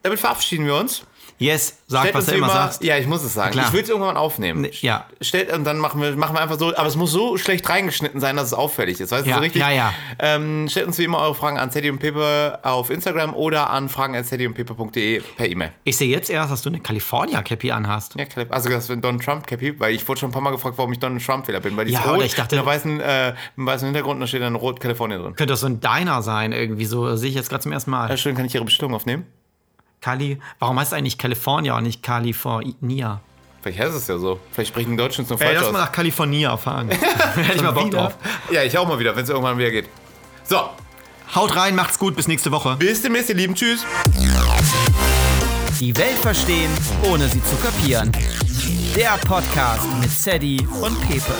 [SPEAKER 2] Damit verabschieden wir uns.
[SPEAKER 1] Yes, sag,
[SPEAKER 2] Stellt
[SPEAKER 1] was
[SPEAKER 2] uns
[SPEAKER 1] du immer sagst.
[SPEAKER 2] Ja, ich muss es sagen.
[SPEAKER 1] Klar.
[SPEAKER 2] Ich will es irgendwann aufnehmen.
[SPEAKER 1] Nee, ja.
[SPEAKER 2] Stellt, und dann machen wir, machen wir einfach so, aber es muss so schlecht reingeschnitten sein, dass es auffällig ist. Weißt du,
[SPEAKER 1] Ja,
[SPEAKER 2] so richtig?
[SPEAKER 1] ja, ja.
[SPEAKER 2] Ähm, stellt uns wie immer eure Fragen an Sadie und Pepe auf Instagram oder an fragen.sadieundpepe.de E per E-Mail.
[SPEAKER 1] Ich sehe jetzt erst, dass du eine California-Cappy anhast.
[SPEAKER 2] Ja, Caleb. Also das ist Donald Trump Cappy, weil ich wurde schon ein paar Mal gefragt, warum ich Donald Trump Fehler bin, weil die
[SPEAKER 1] Ja,
[SPEAKER 2] ist
[SPEAKER 1] oder
[SPEAKER 2] rot,
[SPEAKER 1] ich dachte-
[SPEAKER 2] mit einem weißen, äh, mit einem weißen Hintergrund und da steht dann rot Kalifornien drin.
[SPEAKER 1] Könnte das so ein Diner sein, irgendwie so, äh, sehe ich jetzt gerade zum ersten Mal.
[SPEAKER 2] Ja, schön, kann ich Ihre Bestellung aufnehmen?
[SPEAKER 1] Cali, warum heißt es eigentlich California und nicht California?
[SPEAKER 2] Vielleicht heißt es ja so. Vielleicht sprechen die Deutschen es nur
[SPEAKER 1] Ey,
[SPEAKER 2] falsch
[SPEAKER 1] lass
[SPEAKER 2] aus.
[SPEAKER 1] mal nach California fahren. Hätte ich mal Bock
[SPEAKER 2] Wieder?
[SPEAKER 1] drauf.
[SPEAKER 2] Ja, ich auch mal wieder, wenn es irgendwann wieder geht. So,
[SPEAKER 1] Haut rein, macht's gut, bis nächste Woche.
[SPEAKER 2] bis demnächst, ihr Lieben. Tschüss.
[SPEAKER 3] Die Welt verstehen, ohne sie zu kapieren. Der Podcast mit Sadie und Pepe.